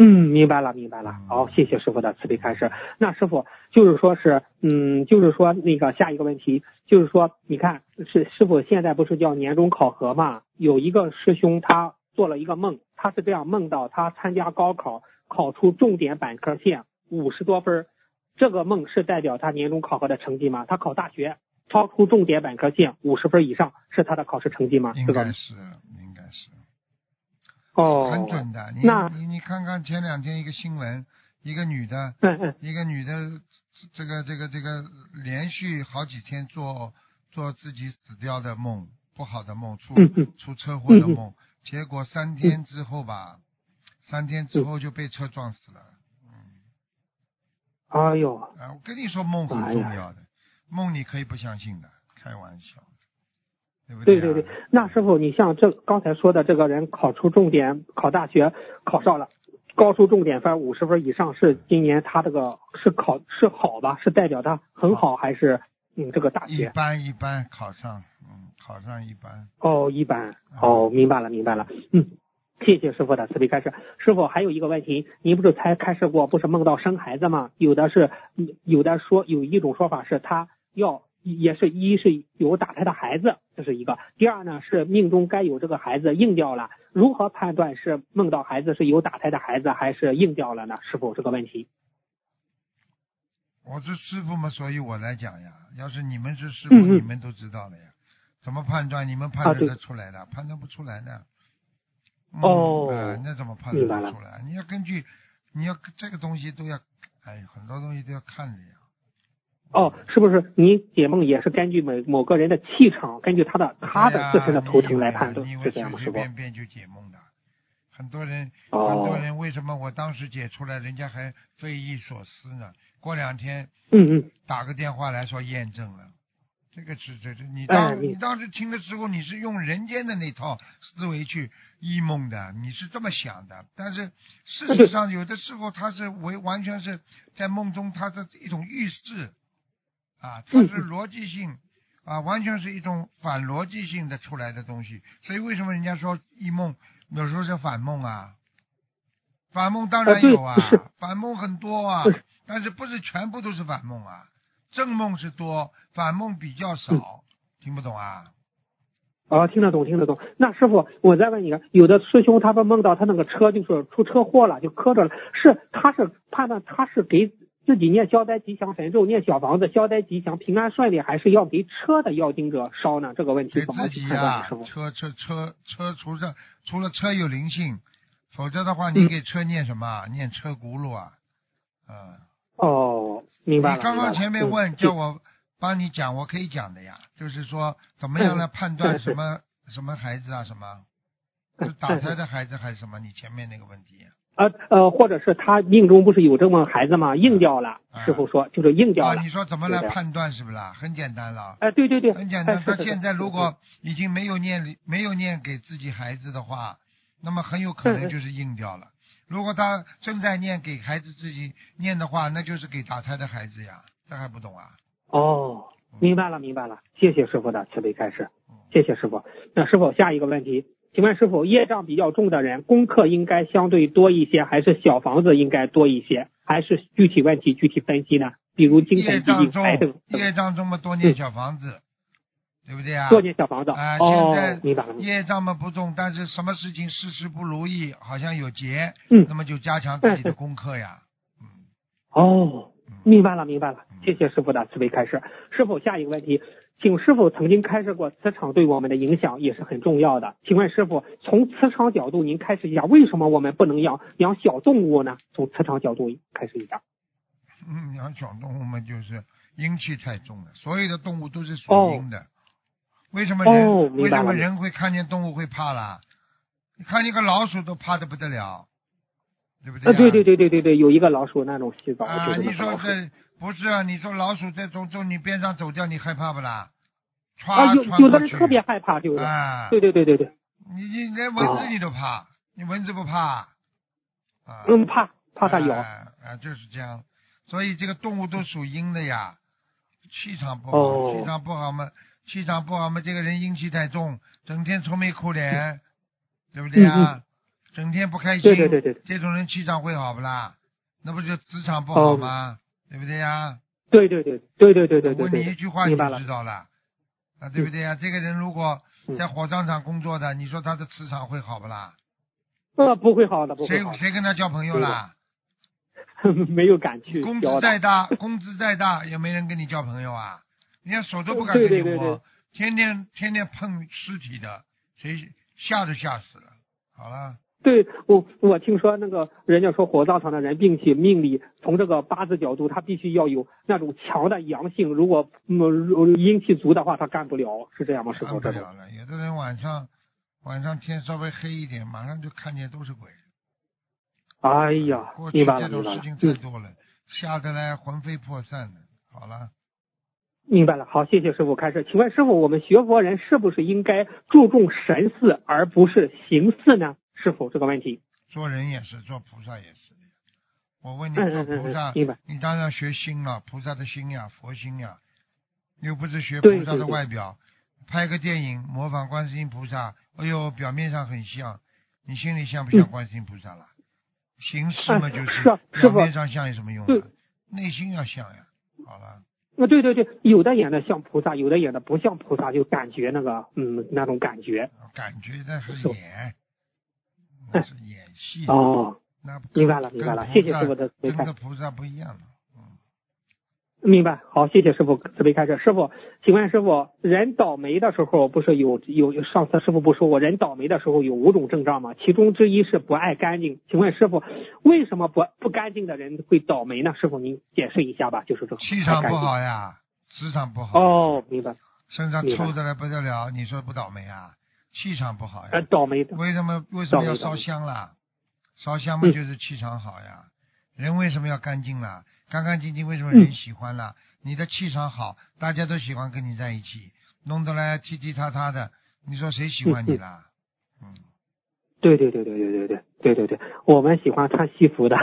Speaker 8: 嗯，明白了，明白了
Speaker 2: 嗯。
Speaker 8: 好，谢谢师傅的慈悲开示。那师傅就是说是，嗯，就是说那个下一个问题，就是说，你看是师傅现在不是叫年终考核嘛？有一个师兄他做了一个梦，他是这样梦到他参加高考，考出重点本科线五十多分儿，这个梦是代表他年终考核的成绩吗？他考大学超出重点本科线五十分以上是他的考试成绩吗？
Speaker 2: 应
Speaker 8: 这个
Speaker 2: 该是，应该是。
Speaker 8: 哦，
Speaker 2: 很准的。你
Speaker 8: 那
Speaker 2: 你你看看前两天一个新闻，一个女的，
Speaker 8: 嗯嗯，
Speaker 2: 一个女的，这个这个这个连续好几天做做自己死掉的梦，不好的梦，出
Speaker 8: 嗯嗯
Speaker 2: 出车祸的梦，结果三天之后吧，三天
Speaker 8: 嗯
Speaker 2: 之后就被车撞死了。
Speaker 8: 哎呦，
Speaker 2: 啊，我跟你说，梦很
Speaker 8: 哎
Speaker 2: 重
Speaker 8: 呀
Speaker 2: 要的，梦你可以不相信的，开玩笑，对不
Speaker 8: 对
Speaker 2: 对
Speaker 8: 对对
Speaker 2: 啊，
Speaker 8: 那时候你像这刚才说的这个人考出重点，考大学考上了，高出重点分五十分以上，是今年他这个是考是好吧？是代表他很好还是嗯这个大
Speaker 2: 一
Speaker 8: 学
Speaker 2: 般一般考上，嗯，考上一般。
Speaker 8: 哦一般哦明白了明白了嗯。谢谢师傅的慈悲开示。师傅还有一个问题，您不是才开示过，不是梦到生孩子吗？有的是，嗯有的说有一种说法是他要也是一是有打胎的孩子，这是一个；第二呢是命中该有这个孩子硬掉了。如何判断是梦到孩子是有打胎的孩子还是硬掉了呢？师傅这个问题。
Speaker 2: 我是师傅嘛，所以我来讲呀。要是你们是师傅，
Speaker 8: 嗯嗯
Speaker 2: 你们都知道了呀。怎么判断？你们判
Speaker 8: 啊
Speaker 2: 断
Speaker 8: 对
Speaker 2: 得出来的？判断不出来的。嗯、
Speaker 8: 哦
Speaker 2: 呃那怎么判
Speaker 8: 明白
Speaker 2: 断得
Speaker 8: 了
Speaker 2: 出来？你要根据，你要这个东西都要，哎，很多东西都要看的呀。
Speaker 8: 哦，是不是你解梦也是根据某某个人的气场，根据他的他
Speaker 2: 对
Speaker 8: 的
Speaker 2: 哎呀
Speaker 8: 自身的
Speaker 2: 你
Speaker 8: 图
Speaker 2: 以
Speaker 8: 腾
Speaker 2: 为
Speaker 8: 来
Speaker 2: 啊
Speaker 8: 判断
Speaker 2: 你以，为
Speaker 8: 是这样
Speaker 2: 随随
Speaker 8: 吗？师傅？嗯
Speaker 2: 便便就解梦的，很多人，
Speaker 8: 哦
Speaker 2: 很多人为什么我当时解出来，人家还匪夷所思呢？过两天
Speaker 8: 嗯嗯。
Speaker 2: 打个电话来说验证了，这个是这这，你
Speaker 8: 哎
Speaker 2: 当、
Speaker 8: 你
Speaker 2: 你当时听的时候，你是用人间的那套思维去忆梦的，你是这么想的。但是事实
Speaker 8: (laughs)
Speaker 2: 上，有的时候他是为完全是在梦中，它是一种预示啊，
Speaker 8: 嗯
Speaker 2: 它是逻辑性啊，完全是一种反逻辑性的出来的东西。所以为什么人家说忆梦有时候是反梦啊？反梦当然
Speaker 8: 呃对
Speaker 2: 有啊
Speaker 8: 不是，
Speaker 2: 反梦很多啊
Speaker 8: 不是，
Speaker 2: 但是不是全部都是反梦啊？正梦是多，反梦比较
Speaker 8: 嗯
Speaker 2: 少。听不懂啊？
Speaker 8: 哦，听得懂，听得懂。那师傅，我再问你个，有的师兄他们梦到他那个车就是出车祸了，就磕着了，是他是判断他是给自己念消灾吉祥神咒，念小房子消灾吉祥平安顺利，还是要给车的要经者烧呢？这个问题
Speaker 2: 给
Speaker 8: 怎么
Speaker 2: 自
Speaker 8: 去
Speaker 2: 己
Speaker 8: 判断
Speaker 2: 呀、
Speaker 8: 呢，师傅？
Speaker 2: 车车车车，除了除了车有灵性，否则的话，你
Speaker 8: 嗯
Speaker 2: 给车念什么啊？念车轱辘啊？嗯，
Speaker 8: 哦，明白了。
Speaker 2: 你刚刚
Speaker 8: 明白了
Speaker 2: 前面问
Speaker 8: 嗯
Speaker 2: 叫我帮你讲，我可以讲的呀，就是说怎么样来判断什么什么孩子啊，什么
Speaker 8: 嗯
Speaker 2: 是打胎的孩子还是什么？你前面那个问题
Speaker 8: 呃呃，或者是他命中不是有这么孩子吗？硬掉了，
Speaker 2: 啊
Speaker 8: 师傅说就是硬掉
Speaker 2: 啊，
Speaker 8: 了
Speaker 2: 你。说怎么来
Speaker 8: 对的
Speaker 2: 判断是不是啦？很简单了。
Speaker 8: 哎，对对对，
Speaker 2: 很简
Speaker 8: 哎
Speaker 2: 单，
Speaker 8: 是
Speaker 2: 他
Speaker 8: 的
Speaker 2: 现在如
Speaker 8: 是的
Speaker 2: 果已经没有念没有念给自己孩子的话，那么很有可
Speaker 8: 嗯
Speaker 2: 能就是硬掉了。如果他正在念给孩子自己念的话，那就是给打胎的孩子呀，这还不懂啊？
Speaker 8: 哦，明白了，明白了，谢谢师傅的慈悲开示，谢谢师傅。那师傅下一个问题，请问师傅，业障比较重的人，功课应该相对多一些，还是小房子应该多一些，还是具体问题具体分析呢？比如精
Speaker 2: 业
Speaker 8: 神疾病
Speaker 2: 障、
Speaker 8: 癌症
Speaker 2: 重，
Speaker 8: 等
Speaker 2: 业障重嘛，多念小房子，对不对啊？
Speaker 8: 多念小房子。
Speaker 2: 啊、
Speaker 8: 哦
Speaker 2: 现，
Speaker 8: 明白了
Speaker 2: 在，业障嘛不重，但是什么事情事事不如意，好像有结，
Speaker 8: 嗯
Speaker 2: 那么就加强自己的功课呀。嗯，
Speaker 8: 哦，
Speaker 2: 嗯
Speaker 8: 明白了，明白了，谢谢师傅的慈悲开示。师傅，下一个问题，请师傅曾经开示过磁场对我们的影响也是很重要的。请问师傅，从磁场角度您开示一下，为什么我们不能养养小动物呢？从磁场角度开示一下。
Speaker 2: 嗯，养小动物嘛，就是阴气太重了，所有的动物都是
Speaker 8: 哦
Speaker 2: 属阴的。为什么人、
Speaker 8: 哦明
Speaker 2: 为
Speaker 8: 白
Speaker 2: 什么
Speaker 8: 了
Speaker 2: 人会看见动物会怕啦？你看见个老鼠都怕的不得了，对不对、
Speaker 8: 呃，
Speaker 2: 啊？
Speaker 8: 对对对对对对，有一个老鼠那种洗澡，
Speaker 2: 啊，
Speaker 8: 就是
Speaker 2: 你
Speaker 8: 那个
Speaker 2: 说
Speaker 8: 老鼠。
Speaker 2: 这不是啊？你说老鼠在从从你边上走掉，你害怕不啦？
Speaker 8: 啊，
Speaker 2: 歘
Speaker 8: 有
Speaker 2: 穿
Speaker 8: 有的
Speaker 2: 过
Speaker 8: 人
Speaker 2: 去，
Speaker 8: 特别害怕，就是。
Speaker 2: 啊，
Speaker 8: 对对啊对对对，
Speaker 2: 你你连蚊子你都怕，你蚊子不怕？啊，
Speaker 8: 嗯，怕怕它咬。
Speaker 2: 啊、啊就是这样。所以这个动物都属阴的呀，气场不好，
Speaker 8: 哦
Speaker 2: 气场不好嘛，气场不好嘛，这个人阴气太重，整天愁眉苦
Speaker 8: (laughs)
Speaker 2: 脸，对不对啊？整天不开心，
Speaker 8: 嗯对对对对对
Speaker 2: 这种人气场会好不啦？那不就磁场不
Speaker 8: 哦
Speaker 2: 好吗？对不对呀？
Speaker 8: 对对对对对对对对
Speaker 2: 问你一
Speaker 8: 对。
Speaker 2: 句话你
Speaker 8: 明白
Speaker 2: 就
Speaker 8: 了嗯
Speaker 2: 知道了，啊，对不对呀？这个人如果在火葬场工作的，你说他的磁场会好不啦？
Speaker 8: 呃，不会好的，不会
Speaker 2: 谁
Speaker 8: 好
Speaker 2: 谁跟他交朋友
Speaker 8: 对的
Speaker 2: 啦？
Speaker 8: 的，没有敢去
Speaker 2: 工
Speaker 8: 教
Speaker 2: 资
Speaker 8: 的
Speaker 2: 再。大，工资再大，也没人跟你交朋友啊！人家手都不敢
Speaker 8: 对
Speaker 2: 跟
Speaker 8: 对
Speaker 2: 你
Speaker 8: 对
Speaker 2: 握，天天天天碰尸体的，谁吓都吓死了。好了，
Speaker 8: 对我，我听说那个人家说火葬场的人，并且命里从这个八字角度，他必须要有那种强的阳性，如果嗯如阴气足的话，他干不了，是这样吗？师
Speaker 2: 干
Speaker 8: 傅，
Speaker 2: 不
Speaker 8: 这种
Speaker 2: 了了。有的人晚上晚上天稍微黑一点，马上就看见都是鬼。
Speaker 8: 哎呀
Speaker 2: 嗯过，去
Speaker 8: 明白了，
Speaker 2: 这种
Speaker 8: 明白
Speaker 2: 事
Speaker 8: 了
Speaker 2: 情，太
Speaker 8: 嗯，
Speaker 2: 多了，吓得来魂飞魄散的。好了，
Speaker 8: 明白了。好，谢谢师傅开始。请问师傅，我们学佛人是不是应该注重神似而不是形似呢？师傅，这个问题，
Speaker 2: 做人也是，做菩萨也是。我问你，
Speaker 8: 嗯
Speaker 2: 做
Speaker 8: 嗯嗯
Speaker 2: 菩萨
Speaker 8: 嗯，，明白。
Speaker 2: 你当然要学心了，菩萨的心呀，佛心呀，又不是学
Speaker 8: 对
Speaker 2: 菩萨
Speaker 8: 对
Speaker 2: 的
Speaker 8: 对
Speaker 2: 外表。拍个电影模仿观世音菩萨，哎呦，表面上很像，你心里像不像
Speaker 8: 嗯
Speaker 2: 观世音菩萨了？形式嘛，
Speaker 8: 啊
Speaker 2: 就是
Speaker 8: 啊师
Speaker 2: 表
Speaker 8: 傅
Speaker 2: 面上像有什么用
Speaker 8: 对
Speaker 2: 啊？内心要像呀。好了，
Speaker 8: 啊，对对对，有的演的像菩萨，有的演的不像菩萨，就感觉那个，嗯，那种感觉。
Speaker 2: 感觉那是
Speaker 8: 是
Speaker 2: 演，
Speaker 8: 哎
Speaker 2: 那是演戏。
Speaker 8: 哦，
Speaker 2: 那跟
Speaker 8: 明白了明白了
Speaker 2: 跟
Speaker 8: 谢
Speaker 2: 菩
Speaker 8: 谢
Speaker 2: 萨
Speaker 8: 师傅的回
Speaker 2: 跟
Speaker 8: 答
Speaker 2: 个菩萨不一样的。
Speaker 8: 明白，好，谢谢师傅慈悲开示。师傅，请问师傅，人倒霉的时候不是有有上次师傅不说过，人倒霉的时候有五种症状吗？其中之一是不爱干净。请问师傅，为什么不不干净的人会倒霉呢？师傅您解释一下吧，就是这个
Speaker 2: 气场
Speaker 8: 不
Speaker 2: 不
Speaker 8: 爱干净。
Speaker 2: 好啊呀，磁场不好。
Speaker 8: 哦，明白，
Speaker 2: 身上
Speaker 8: 明白
Speaker 2: 臭的来不得了，你说不倒霉啊？气场不好呀？
Speaker 8: 呃，倒霉的，
Speaker 2: 为什么为什么要
Speaker 8: 倒霉倒
Speaker 2: 烧
Speaker 8: 霉
Speaker 2: 香啦？烧香嘛
Speaker 8: 嗯
Speaker 2: 就是气场好呀。人为什么要干净啦？干干净净为什么人
Speaker 8: 嗯
Speaker 2: 喜欢啦？你的气场好，大家都喜欢跟你在一起，弄得来踢踢踏踏的，你说谁喜欢你啦？嗯，
Speaker 8: 对对对对对对对对对对，我们喜欢穿
Speaker 2: (laughs)
Speaker 8: 西服的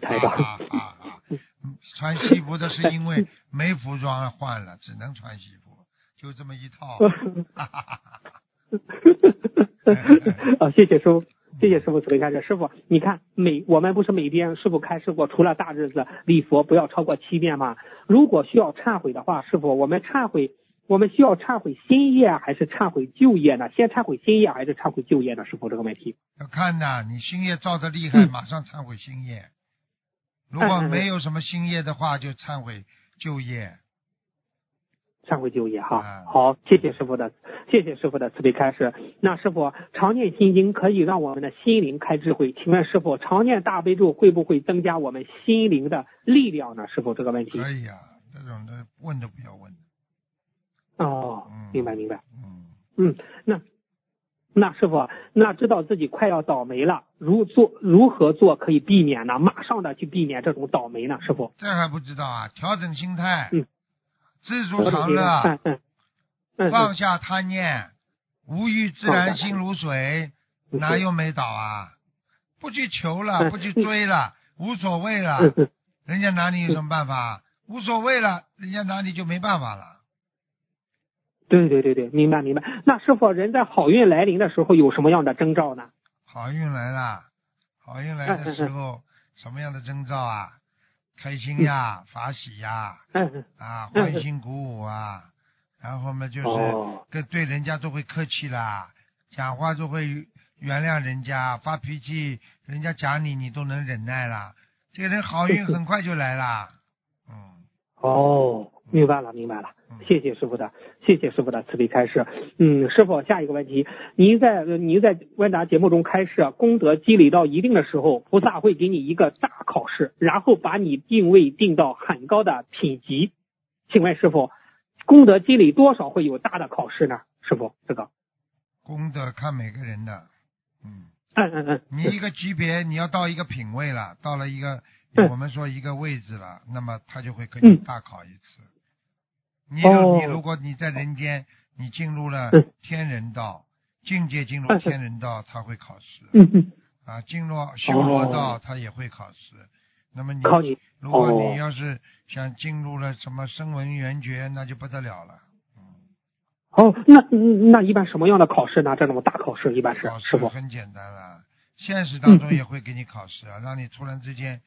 Speaker 8: 台长。
Speaker 2: 啊啊啊！嗯穿西服的是因为没服装换了，只能穿西服，就这么一套。(laughs)
Speaker 8: (laughs) 呃
Speaker 2: 哈哈哈哈
Speaker 8: 啊，谢谢师傅，谢
Speaker 2: 嗯
Speaker 8: 谢师傅慈悲开示。师傅，你看每我们不是每天师傅开示过，除了大日子礼佛不要超过七遍吗？如果需要忏悔的话，师傅，我们忏悔，我们需要忏悔新业啊还是忏悔旧业呢？先忏悔新业还是忏悔旧业呢？师傅这个问题。
Speaker 2: 要看呐，你星业造的厉
Speaker 8: 嗯
Speaker 2: 害，马上忏悔星业；如果
Speaker 8: 嗯嗯嗯
Speaker 2: 没有什么星业的话，就忏悔旧业。
Speaker 8: 忏悔就业哈
Speaker 2: 嗯。
Speaker 8: 好，谢谢师傅的，谢谢师傅的慈悲开示。那师傅常念心经可以让我们的心灵开智慧，请问师傅常念大悲咒会不会增加我们心灵的力量呢？师傅这个问题。
Speaker 2: 可以啊，这种的问都不要问。
Speaker 8: 哦
Speaker 2: 嗯，
Speaker 8: 明白明白。
Speaker 2: 嗯，
Speaker 8: 嗯，那那师傅，啊那知道自己快要倒霉了，如做如何做可以避免呢？马上的去避免这种倒霉呢？师傅，
Speaker 2: 这还不知道啊，调整心态，
Speaker 8: 嗯
Speaker 2: 知足
Speaker 8: 我
Speaker 2: 常
Speaker 8: 懂了
Speaker 2: 乐，
Speaker 8: 嗯嗯嗯
Speaker 2: 放
Speaker 8: 嗯，
Speaker 2: 下贪念，无欲自
Speaker 8: 放下
Speaker 2: 然
Speaker 8: 贪
Speaker 2: 心如水，
Speaker 8: 嗯
Speaker 2: 哪有没倒啊？不去求了，
Speaker 8: 嗯
Speaker 2: 不去追了，无所谓
Speaker 8: 嗯
Speaker 2: 了，
Speaker 8: 嗯
Speaker 2: 人家拿你有什么办法？无所谓了，人家拿你就没办法了。
Speaker 8: 对对对对，明白明白。那师傅，人在好运来临的时候有什么样的征兆呢？
Speaker 2: 好运来了，好运来的时候，什么样的征兆啊？开心呀，法喜呀，
Speaker 8: 嗯嗯，
Speaker 2: 啊，
Speaker 8: 嗯
Speaker 2: 欢欣鼓舞啊，然后嘛就是
Speaker 8: 哦，
Speaker 2: 跟对人家都会客气啦，讲话都会原谅人家，发脾气人家讲你你都能忍耐啦，这个人好运很快就来啦，嗯，
Speaker 8: 哦，明白了，明白了
Speaker 2: 嗯，
Speaker 8: 谢谢师傅的，谢谢师傅的慈悲开示。嗯，师傅，下一个问题，您在呃您在问答节目中开示，啊功德积累到一定的时候，菩萨会给你一个大考试，然后把你定位定到很高的品级。请问师傅，功德积累多少会有大的考试呢？师傅，这个，
Speaker 2: 功德看每个人的，嗯。
Speaker 8: 嗯嗯嗯，
Speaker 2: 你一个级别，你要到一个品位了，到了一个
Speaker 8: 嗯
Speaker 2: 我们说一个位置了，那么他就会给你
Speaker 8: 嗯
Speaker 2: 大考一次。你
Speaker 8: 哦
Speaker 2: 你如果你在人间，你进入了
Speaker 8: 嗯
Speaker 2: 天人道，境界进入
Speaker 8: 嗯
Speaker 2: 天人道，他会考试
Speaker 8: 嗯嗯，
Speaker 2: 啊；进入修罗道，他也会考试。那么你
Speaker 8: 考你
Speaker 2: 如果
Speaker 8: 哦
Speaker 2: 你要是想进入了什么声闻缘觉，那就不得了了。
Speaker 8: 哦，那嗯那一般什么样的考试呢？这种大考试一般是
Speaker 2: 考
Speaker 8: 师
Speaker 2: 试
Speaker 8: 傅，
Speaker 2: 很简单啦，现实当中
Speaker 8: 嗯嗯
Speaker 2: 也会给你考试啊，让你突然之间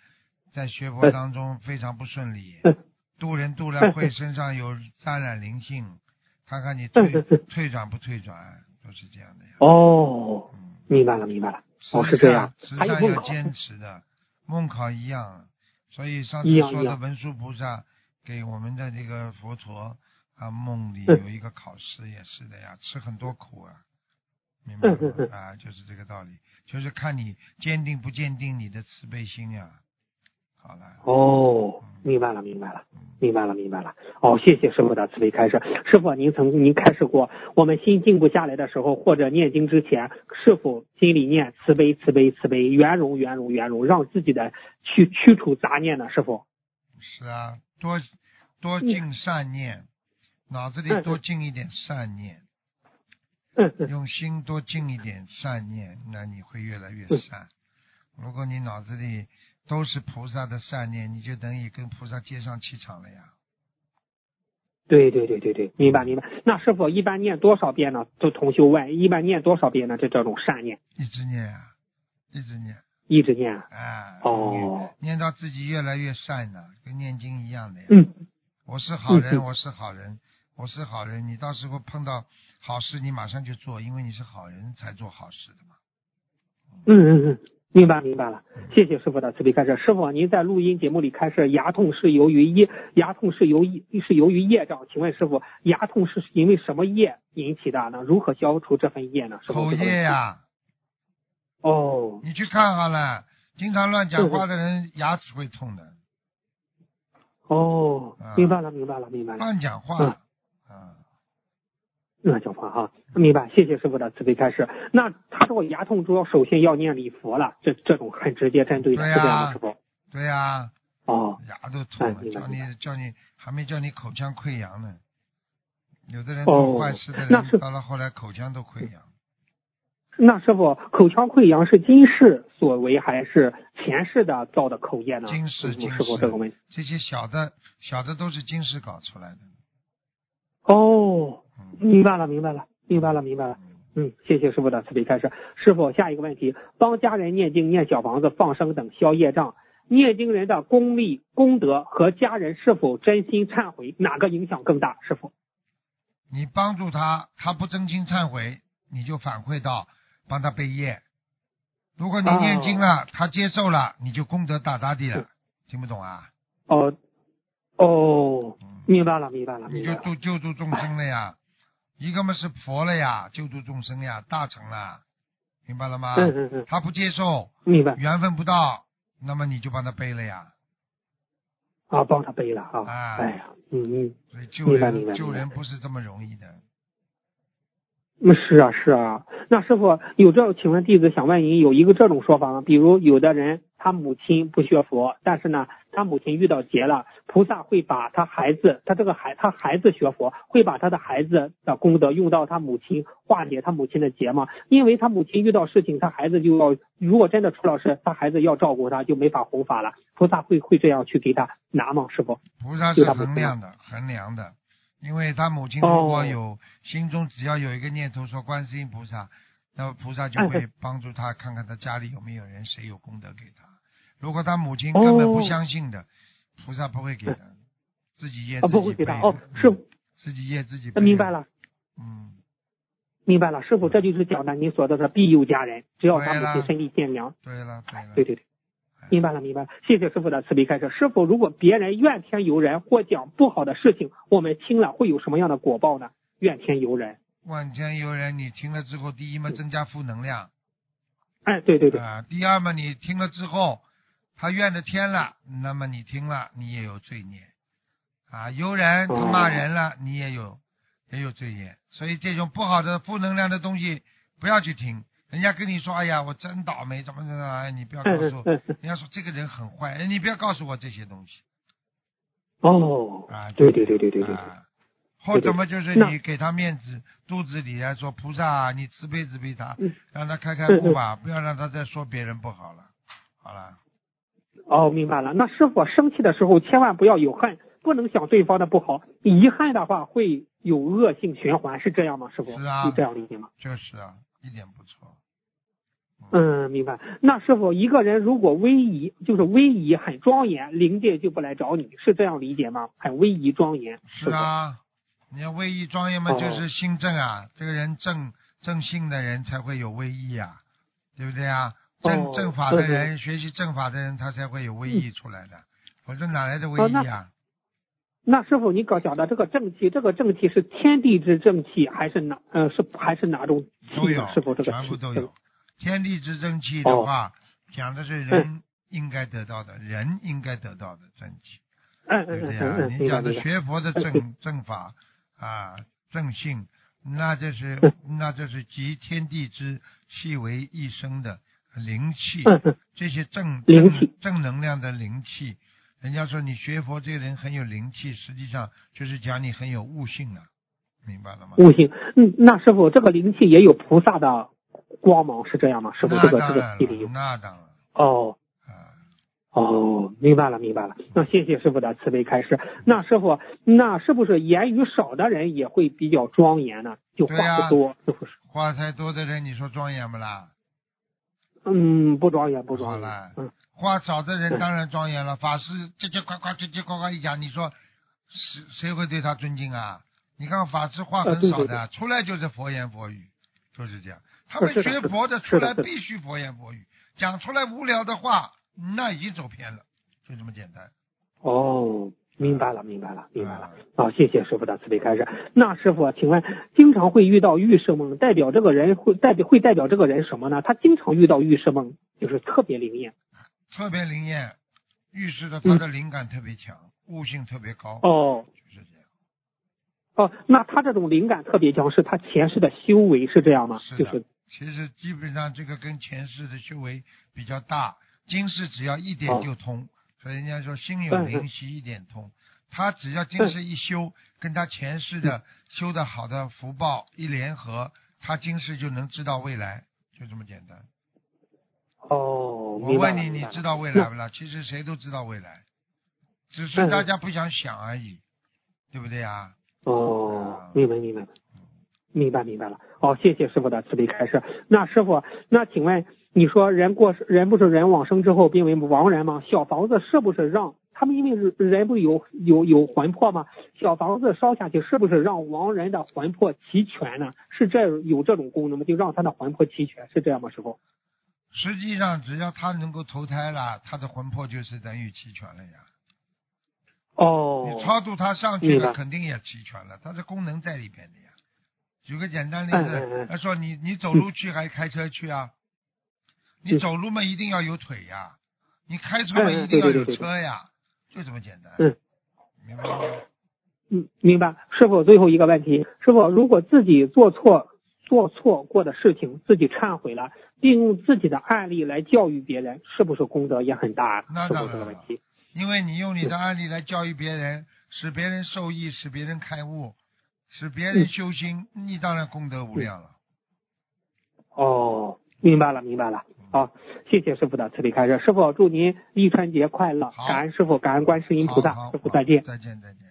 Speaker 2: 在学佛当中非常不顺利
Speaker 8: 嗯，
Speaker 2: 渡人渡了会
Speaker 8: 嗯
Speaker 2: 身上有沾染灵性，看看你
Speaker 8: 嗯
Speaker 2: 退
Speaker 8: 嗯嗯
Speaker 2: 退转不退转，都是这样的呀。
Speaker 8: 哦，
Speaker 2: 嗯，
Speaker 8: 明白了明白了，哦
Speaker 2: 实
Speaker 8: 是这样
Speaker 2: 实，
Speaker 8: 还有
Speaker 2: 上
Speaker 8: 梦
Speaker 2: 要
Speaker 8: 考。
Speaker 2: 坚持的，梦考一样，所以上次
Speaker 8: 一样
Speaker 2: 说
Speaker 8: 一
Speaker 2: 的
Speaker 8: 样
Speaker 2: 文殊菩萨给我们的这个佛陀啊梦里
Speaker 8: 嗯
Speaker 2: 有一个考试也是的呀，吃很多苦啊，明白
Speaker 8: 嗯
Speaker 2: 吗
Speaker 8: 嗯？嗯
Speaker 2: 啊，就是这个道理，就是看你坚定不坚定你的慈悲心呀、好了，
Speaker 8: 哦，明白了，明白了，明白了，明白了。哦，谢谢师傅的慈悲开示。师傅，您曾您开示过，我们心静不下来的时候，或者念经之前，是否心里念慈悲、慈悲、慈悲，圆融、圆融、圆融，让自己的去驱除杂念呢？师傅，
Speaker 2: 是啊，多多
Speaker 8: 嗯
Speaker 2: 尽善念，脑子里
Speaker 8: 嗯
Speaker 2: 多
Speaker 8: 嗯
Speaker 2: 尽一点善念，
Speaker 8: 嗯嗯
Speaker 2: 用心多尽一点善念，那你会越来越
Speaker 8: 嗯
Speaker 2: 善。如果你脑子里都是菩萨的善念，你就等于跟菩萨接上气场了呀。
Speaker 8: (laughs) 对对对对对，明白明白。那师傅一般念多少遍呢？就同修问，一般念多少遍呢？这这种善念，
Speaker 2: 一直念啊，一直念，
Speaker 8: 一直念。啊
Speaker 2: 哎，
Speaker 8: 哦
Speaker 2: 念念到自己越来越善了，跟念经一样的呀。
Speaker 8: 嗯，
Speaker 2: 我是好
Speaker 8: 嗯
Speaker 2: 人，
Speaker 8: 嗯
Speaker 2: 我是好人，我是好人。你到时候碰到好事，你马上就做，因为你是好人才做好事的嘛。
Speaker 8: 嗯嗯嗯，明白明白了，谢谢师傅的慈悲开示。师傅，您在录音节目里开示牙痛是由于业，牙痛是由于是由于业障，请问师傅，牙痛是因为什么业引起的呢？如何消除这份业呢？师傅
Speaker 2: 口业、呀、
Speaker 8: 哦，
Speaker 2: 你去看好了，经常乱讲话的人牙齿会痛的，
Speaker 8: 哦
Speaker 2: 啊，
Speaker 8: 明白了明白了明白了，
Speaker 2: 乱讲话
Speaker 8: 嗯，
Speaker 2: 啊，
Speaker 8: 那小芳哈，明白，谢谢师傅的慈悲开示。那他说我牙痛主要首先要念礼佛了，这这种很直接针对的，
Speaker 2: 对
Speaker 8: 是这样
Speaker 2: 呀
Speaker 8: 的，师傅。
Speaker 2: 对呀、
Speaker 8: 哦，
Speaker 2: 牙都痛
Speaker 8: 哎
Speaker 2: 了，
Speaker 8: 明白
Speaker 2: 叫
Speaker 8: 明
Speaker 2: 你叫你还没叫你口腔溃疡呢。有的人
Speaker 8: 哦
Speaker 2: 做坏事的
Speaker 8: 那是
Speaker 2: 人，到了后来口腔都溃疡，
Speaker 8: 那师傅，口腔溃疡是今世所为还是前世的造的口业呢？
Speaker 2: 今世
Speaker 8: 嗯
Speaker 2: 今
Speaker 8: 师傅这个问
Speaker 2: 世
Speaker 8: 题。
Speaker 2: 这些小的小的都是今世搞出来的。
Speaker 8: 哦，
Speaker 2: 嗯
Speaker 8: 明白了，明白了，明白了，明白了。
Speaker 2: 嗯，
Speaker 8: 嗯，谢谢师傅的慈悲开示。师傅，下一个问题，帮家人念经、念小房子、放生等消业障，念经人的功力、功德和家人是否真心忏悔，哪个影响更大？师傅？
Speaker 2: 你帮助他，他不真心忏悔，你就反馈到帮他背业。如果你
Speaker 8: 哦
Speaker 2: 念经了，他接受了，你就功德大大地了。听不懂啊？
Speaker 8: 哦，哦，
Speaker 2: 嗯。
Speaker 8: 明白了，明白了，
Speaker 2: 你
Speaker 8: 明
Speaker 2: 就
Speaker 8: 白了。
Speaker 2: 度救助众生了呀，一个嘛是佛了呀，救助众生呀，大成了，明白了吗？
Speaker 8: 嗯嗯嗯，
Speaker 2: 他不接受，
Speaker 8: 明白
Speaker 2: 缘分不到，那么你就帮他背了呀。
Speaker 8: 啊，帮他背了啊。
Speaker 2: 啊
Speaker 8: 哎呀，嗯嗯。
Speaker 2: 所以救
Speaker 8: 明白明
Speaker 2: 人
Speaker 8: 白明白
Speaker 2: 救人不是这么容易的。
Speaker 8: 嗯，是啊，是啊。那师傅有这，请问弟子想问您，有一个这种说法吗？比如有的人他母亲不学佛，但是呢，他母亲遇到劫了，菩萨会把他孩子，他这个孩他孩子学佛，会把他的孩子的功德用到他母亲化解他母亲的劫吗？因为他母亲遇到事情，他孩子就要，如果真的出了事，他孩子要照顾他，就没法弘法了。菩萨会会这样去给他拿吗？师傅？
Speaker 2: 菩萨
Speaker 8: 对
Speaker 2: 是
Speaker 8: 他不
Speaker 2: 衡
Speaker 8: 一
Speaker 2: 量
Speaker 8: 样
Speaker 2: 的，衡量的，因为他母亲如果
Speaker 8: 哦
Speaker 2: 有、心中只要有一个念头说观世音菩萨，那么菩萨就
Speaker 8: 嗯
Speaker 2: 会帮助他看看他家里有没有人谁有功德给他。如果他母亲根本不
Speaker 8: 哦
Speaker 2: 相信的，菩萨不会给的，自己业
Speaker 8: 啊，
Speaker 2: 自
Speaker 8: 不
Speaker 2: 己
Speaker 8: 会给
Speaker 2: 背的。
Speaker 8: 他哦，师傅，
Speaker 2: 自己业自己背。
Speaker 8: 明白。了。
Speaker 2: 嗯，
Speaker 8: 明白了，师傅，这就是讲的您所说的庇佑家人，只要他
Speaker 2: 对
Speaker 8: 母
Speaker 2: 了
Speaker 8: 亲身体健良。
Speaker 2: 对了对哎了。
Speaker 8: 对对对，明白了明白了，谢谢师傅的慈悲开示。师傅，如果别人怨天尤人或讲不好的事情，我们听了会有什么样的果报呢？怨天尤人。
Speaker 2: 万千游人，你听了之后，第一嘛增加负能量
Speaker 8: 哎，对对对，
Speaker 2: 啊、第二嘛你听了之后，他怨了天了，那么你听了你也有罪孽啊。游人他骂人了，你也有也有罪孽，所以这种不好的负能量的东西不要去听。人家跟你说，哎呀，我真倒霉，怎么怎么，哎，你不要告
Speaker 8: 嗯
Speaker 2: 诉
Speaker 8: 嗯，嗯嗯
Speaker 2: 人家说这个人很坏，哎你不要告诉我这些东西
Speaker 8: 哦，
Speaker 2: 啊。
Speaker 8: 对对对对对对对，
Speaker 2: 啊，或者么就是
Speaker 8: 那
Speaker 2: 你给他面子，肚子里来说菩萨，啊你慈悲慈悲他
Speaker 8: 嗯，
Speaker 2: 让他开开悟吧，不要让他再说别人不好了。好了，
Speaker 8: 哦，明白了。那师傅生气的时候千万不要有恨，不能想对方的不好，遗憾的话会有恶性循环，是这样吗？师傅，
Speaker 2: 是啊
Speaker 8: 是这样理解吗？
Speaker 2: 就是啊，一点不错。
Speaker 8: 嗯，明白。那师傅，一个人如果威仪就是威仪很庄严，灵界就不来找你，是这样理解吗？很威仪庄严。
Speaker 2: 是啊，你要威仪庄严嘛，
Speaker 8: 哦
Speaker 2: 就是心正啊，这个人正正信的人才会有威仪啊，对不对啊？正
Speaker 8: 哦
Speaker 2: 正法的
Speaker 8: 对对
Speaker 2: 人，学习正法的人，他才会有威仪出来的。否则哪来的
Speaker 8: 哦
Speaker 2: 威
Speaker 8: 那
Speaker 2: 仪啊？
Speaker 8: 师傅。那师傅，你刚讲的这个正气，这个正气是天地之正气，还是哪呃是还是哪种
Speaker 2: 都
Speaker 8: 气
Speaker 2: 有
Speaker 8: 呢？师傅，这个哦
Speaker 2: 全部
Speaker 8: 气
Speaker 2: 都
Speaker 8: 这个
Speaker 2: 有。天地之正气的话，讲的是人应该得到的，人应该得到的正气，
Speaker 8: 嗯
Speaker 2: 对
Speaker 8: 嗯
Speaker 2: 不对
Speaker 8: 嗯
Speaker 2: 啊？
Speaker 8: 嗯嗯，
Speaker 2: 你
Speaker 8: 明白
Speaker 2: 讲的
Speaker 8: 明白。
Speaker 2: 学佛的
Speaker 8: 嗯对
Speaker 2: 正正法啊，正性，那就是
Speaker 8: 嗯
Speaker 2: 那就是集天地之气为一身的灵气，
Speaker 8: 嗯嗯
Speaker 2: 这些正
Speaker 8: 灵
Speaker 2: 正
Speaker 8: 气
Speaker 2: 正能量的灵气。人家说你学佛这个人很有灵气，实际上就是讲你很有悟性了，明白了吗？
Speaker 8: 悟性。嗯，那师傅，这个灵气也有菩萨的光芒，是这样吗？师傅，
Speaker 2: 那
Speaker 8: 这个这
Speaker 2: 当
Speaker 8: 个
Speaker 2: 然
Speaker 8: 气里有
Speaker 2: 了，。那当然了
Speaker 8: 哦，
Speaker 2: 啊。
Speaker 8: 哦，明白了，明白了。那谢谢师傅的慈悲开示。那师傅，那是不是言语少的人也会比较庄严呢？就
Speaker 2: 对呀
Speaker 8: 话不多，是不是？
Speaker 2: 话太多的人，你说庄严不啦？
Speaker 8: 嗯，不庄严，不
Speaker 2: 好
Speaker 8: 庄严
Speaker 2: 了。
Speaker 8: 嗯，
Speaker 2: 话少的人
Speaker 8: 对
Speaker 2: 当然庄严了。法师叽叽呱呱、叽叽呱呱一讲，你说谁谁会对他尊敬啊？你看法师话
Speaker 8: 啊
Speaker 2: 很
Speaker 8: 对
Speaker 2: 少
Speaker 8: 对
Speaker 2: 的，出来就是佛言佛语，就是这样。他们
Speaker 8: 是的
Speaker 2: 学
Speaker 8: 是的
Speaker 2: 佛的
Speaker 8: 是
Speaker 2: 出
Speaker 8: 的
Speaker 2: 来
Speaker 8: 是的
Speaker 2: 必须佛言佛语，讲出来无聊的话，那已经走偏了，就这么简单。
Speaker 8: 哦，明白了，明白了，明白了
Speaker 2: 啊。
Speaker 8: 啊，谢谢师傅的慈悲开示。那师傅，请问，经常会遇到预示梦，代表这个人会代表会代表这个人什么呢？他经常遇到预示梦，就是特别灵验。
Speaker 2: 特别灵验，预示着他的灵感特别强，悟性特别高，
Speaker 8: 嗯哦
Speaker 2: 就是这样。
Speaker 8: 哦，那他这种灵感特别强，是他前世的修为是这样吗？
Speaker 2: 是
Speaker 8: 就
Speaker 2: 的，
Speaker 8: 是
Speaker 2: 其实
Speaker 8: 哦
Speaker 2: 基本上这个跟前世的修为比较大，今世只要一点就通，所以人家说心有灵犀一点通，他只要今世一修，跟他前世的修的好的福报一联合，他今世就能知道未来，就这么简单。
Speaker 8: 哦，
Speaker 2: 我
Speaker 8: 明白
Speaker 2: 问
Speaker 8: 了
Speaker 2: 你，
Speaker 8: 明
Speaker 2: 你
Speaker 8: 白了
Speaker 2: 知道未来不啦？其实谁都知道未来，只是
Speaker 8: 嗯
Speaker 2: 大家不想想而已，对不对啊？
Speaker 8: 哦
Speaker 2: 啊，
Speaker 8: 明白明白，明白明白了。哦，谢谢师傅的慈悲开示。那师傅，那请问你说人过世人不是人往生之后变为亡人吗？小房子是不是让他们因为人人不有有有魂魄吗？小房子烧下去是不是让亡人的魂魄齐全呢？是这有这种功能吗？就让他的魂魄齐全，是这样吗？师傅？
Speaker 2: 实际上，只要他能够投胎了，他的魂魄就是等于齐全了呀。
Speaker 8: 哦
Speaker 2: 你，超度他上去
Speaker 8: 明
Speaker 2: 了，
Speaker 8: 白
Speaker 2: 肯定也齐全了，它的功能在里边的呀。举个简单例
Speaker 8: 嗯嗯
Speaker 2: 子
Speaker 8: 嗯，
Speaker 2: 他说你你走路去还开车去啊？你走路嘛一定要有腿呀，你开车嘛
Speaker 8: 嗯嗯
Speaker 2: 一定要
Speaker 8: 对对
Speaker 2: 有
Speaker 8: 对对
Speaker 2: 车呀，就这么简单。
Speaker 8: 嗯
Speaker 2: 明白吗？
Speaker 8: 嗯，明白。师傅，最后一个问题，师傅，如果自己做错做错过的事情，自己忏悔了，并用自己的案例来教育别人，是不是功德也很大？啊
Speaker 2: 那
Speaker 8: 师
Speaker 2: 当
Speaker 8: 傅
Speaker 2: 然
Speaker 8: 这个问题，
Speaker 2: 因为你用你的案例来教育别人，使别人受益，使别人开悟，使别人
Speaker 8: 嗯
Speaker 2: 修心，你当然功德无量了。
Speaker 8: 哦，明白了，明白了。
Speaker 2: 嗯
Speaker 8: 好，谢谢师傅的慈悲开示。师傅，祝您立春节快乐
Speaker 2: 好！
Speaker 8: 感恩师傅，感恩观世音菩萨
Speaker 2: 好好。
Speaker 8: 师傅
Speaker 2: 好
Speaker 8: 再见。
Speaker 2: 再见，再见。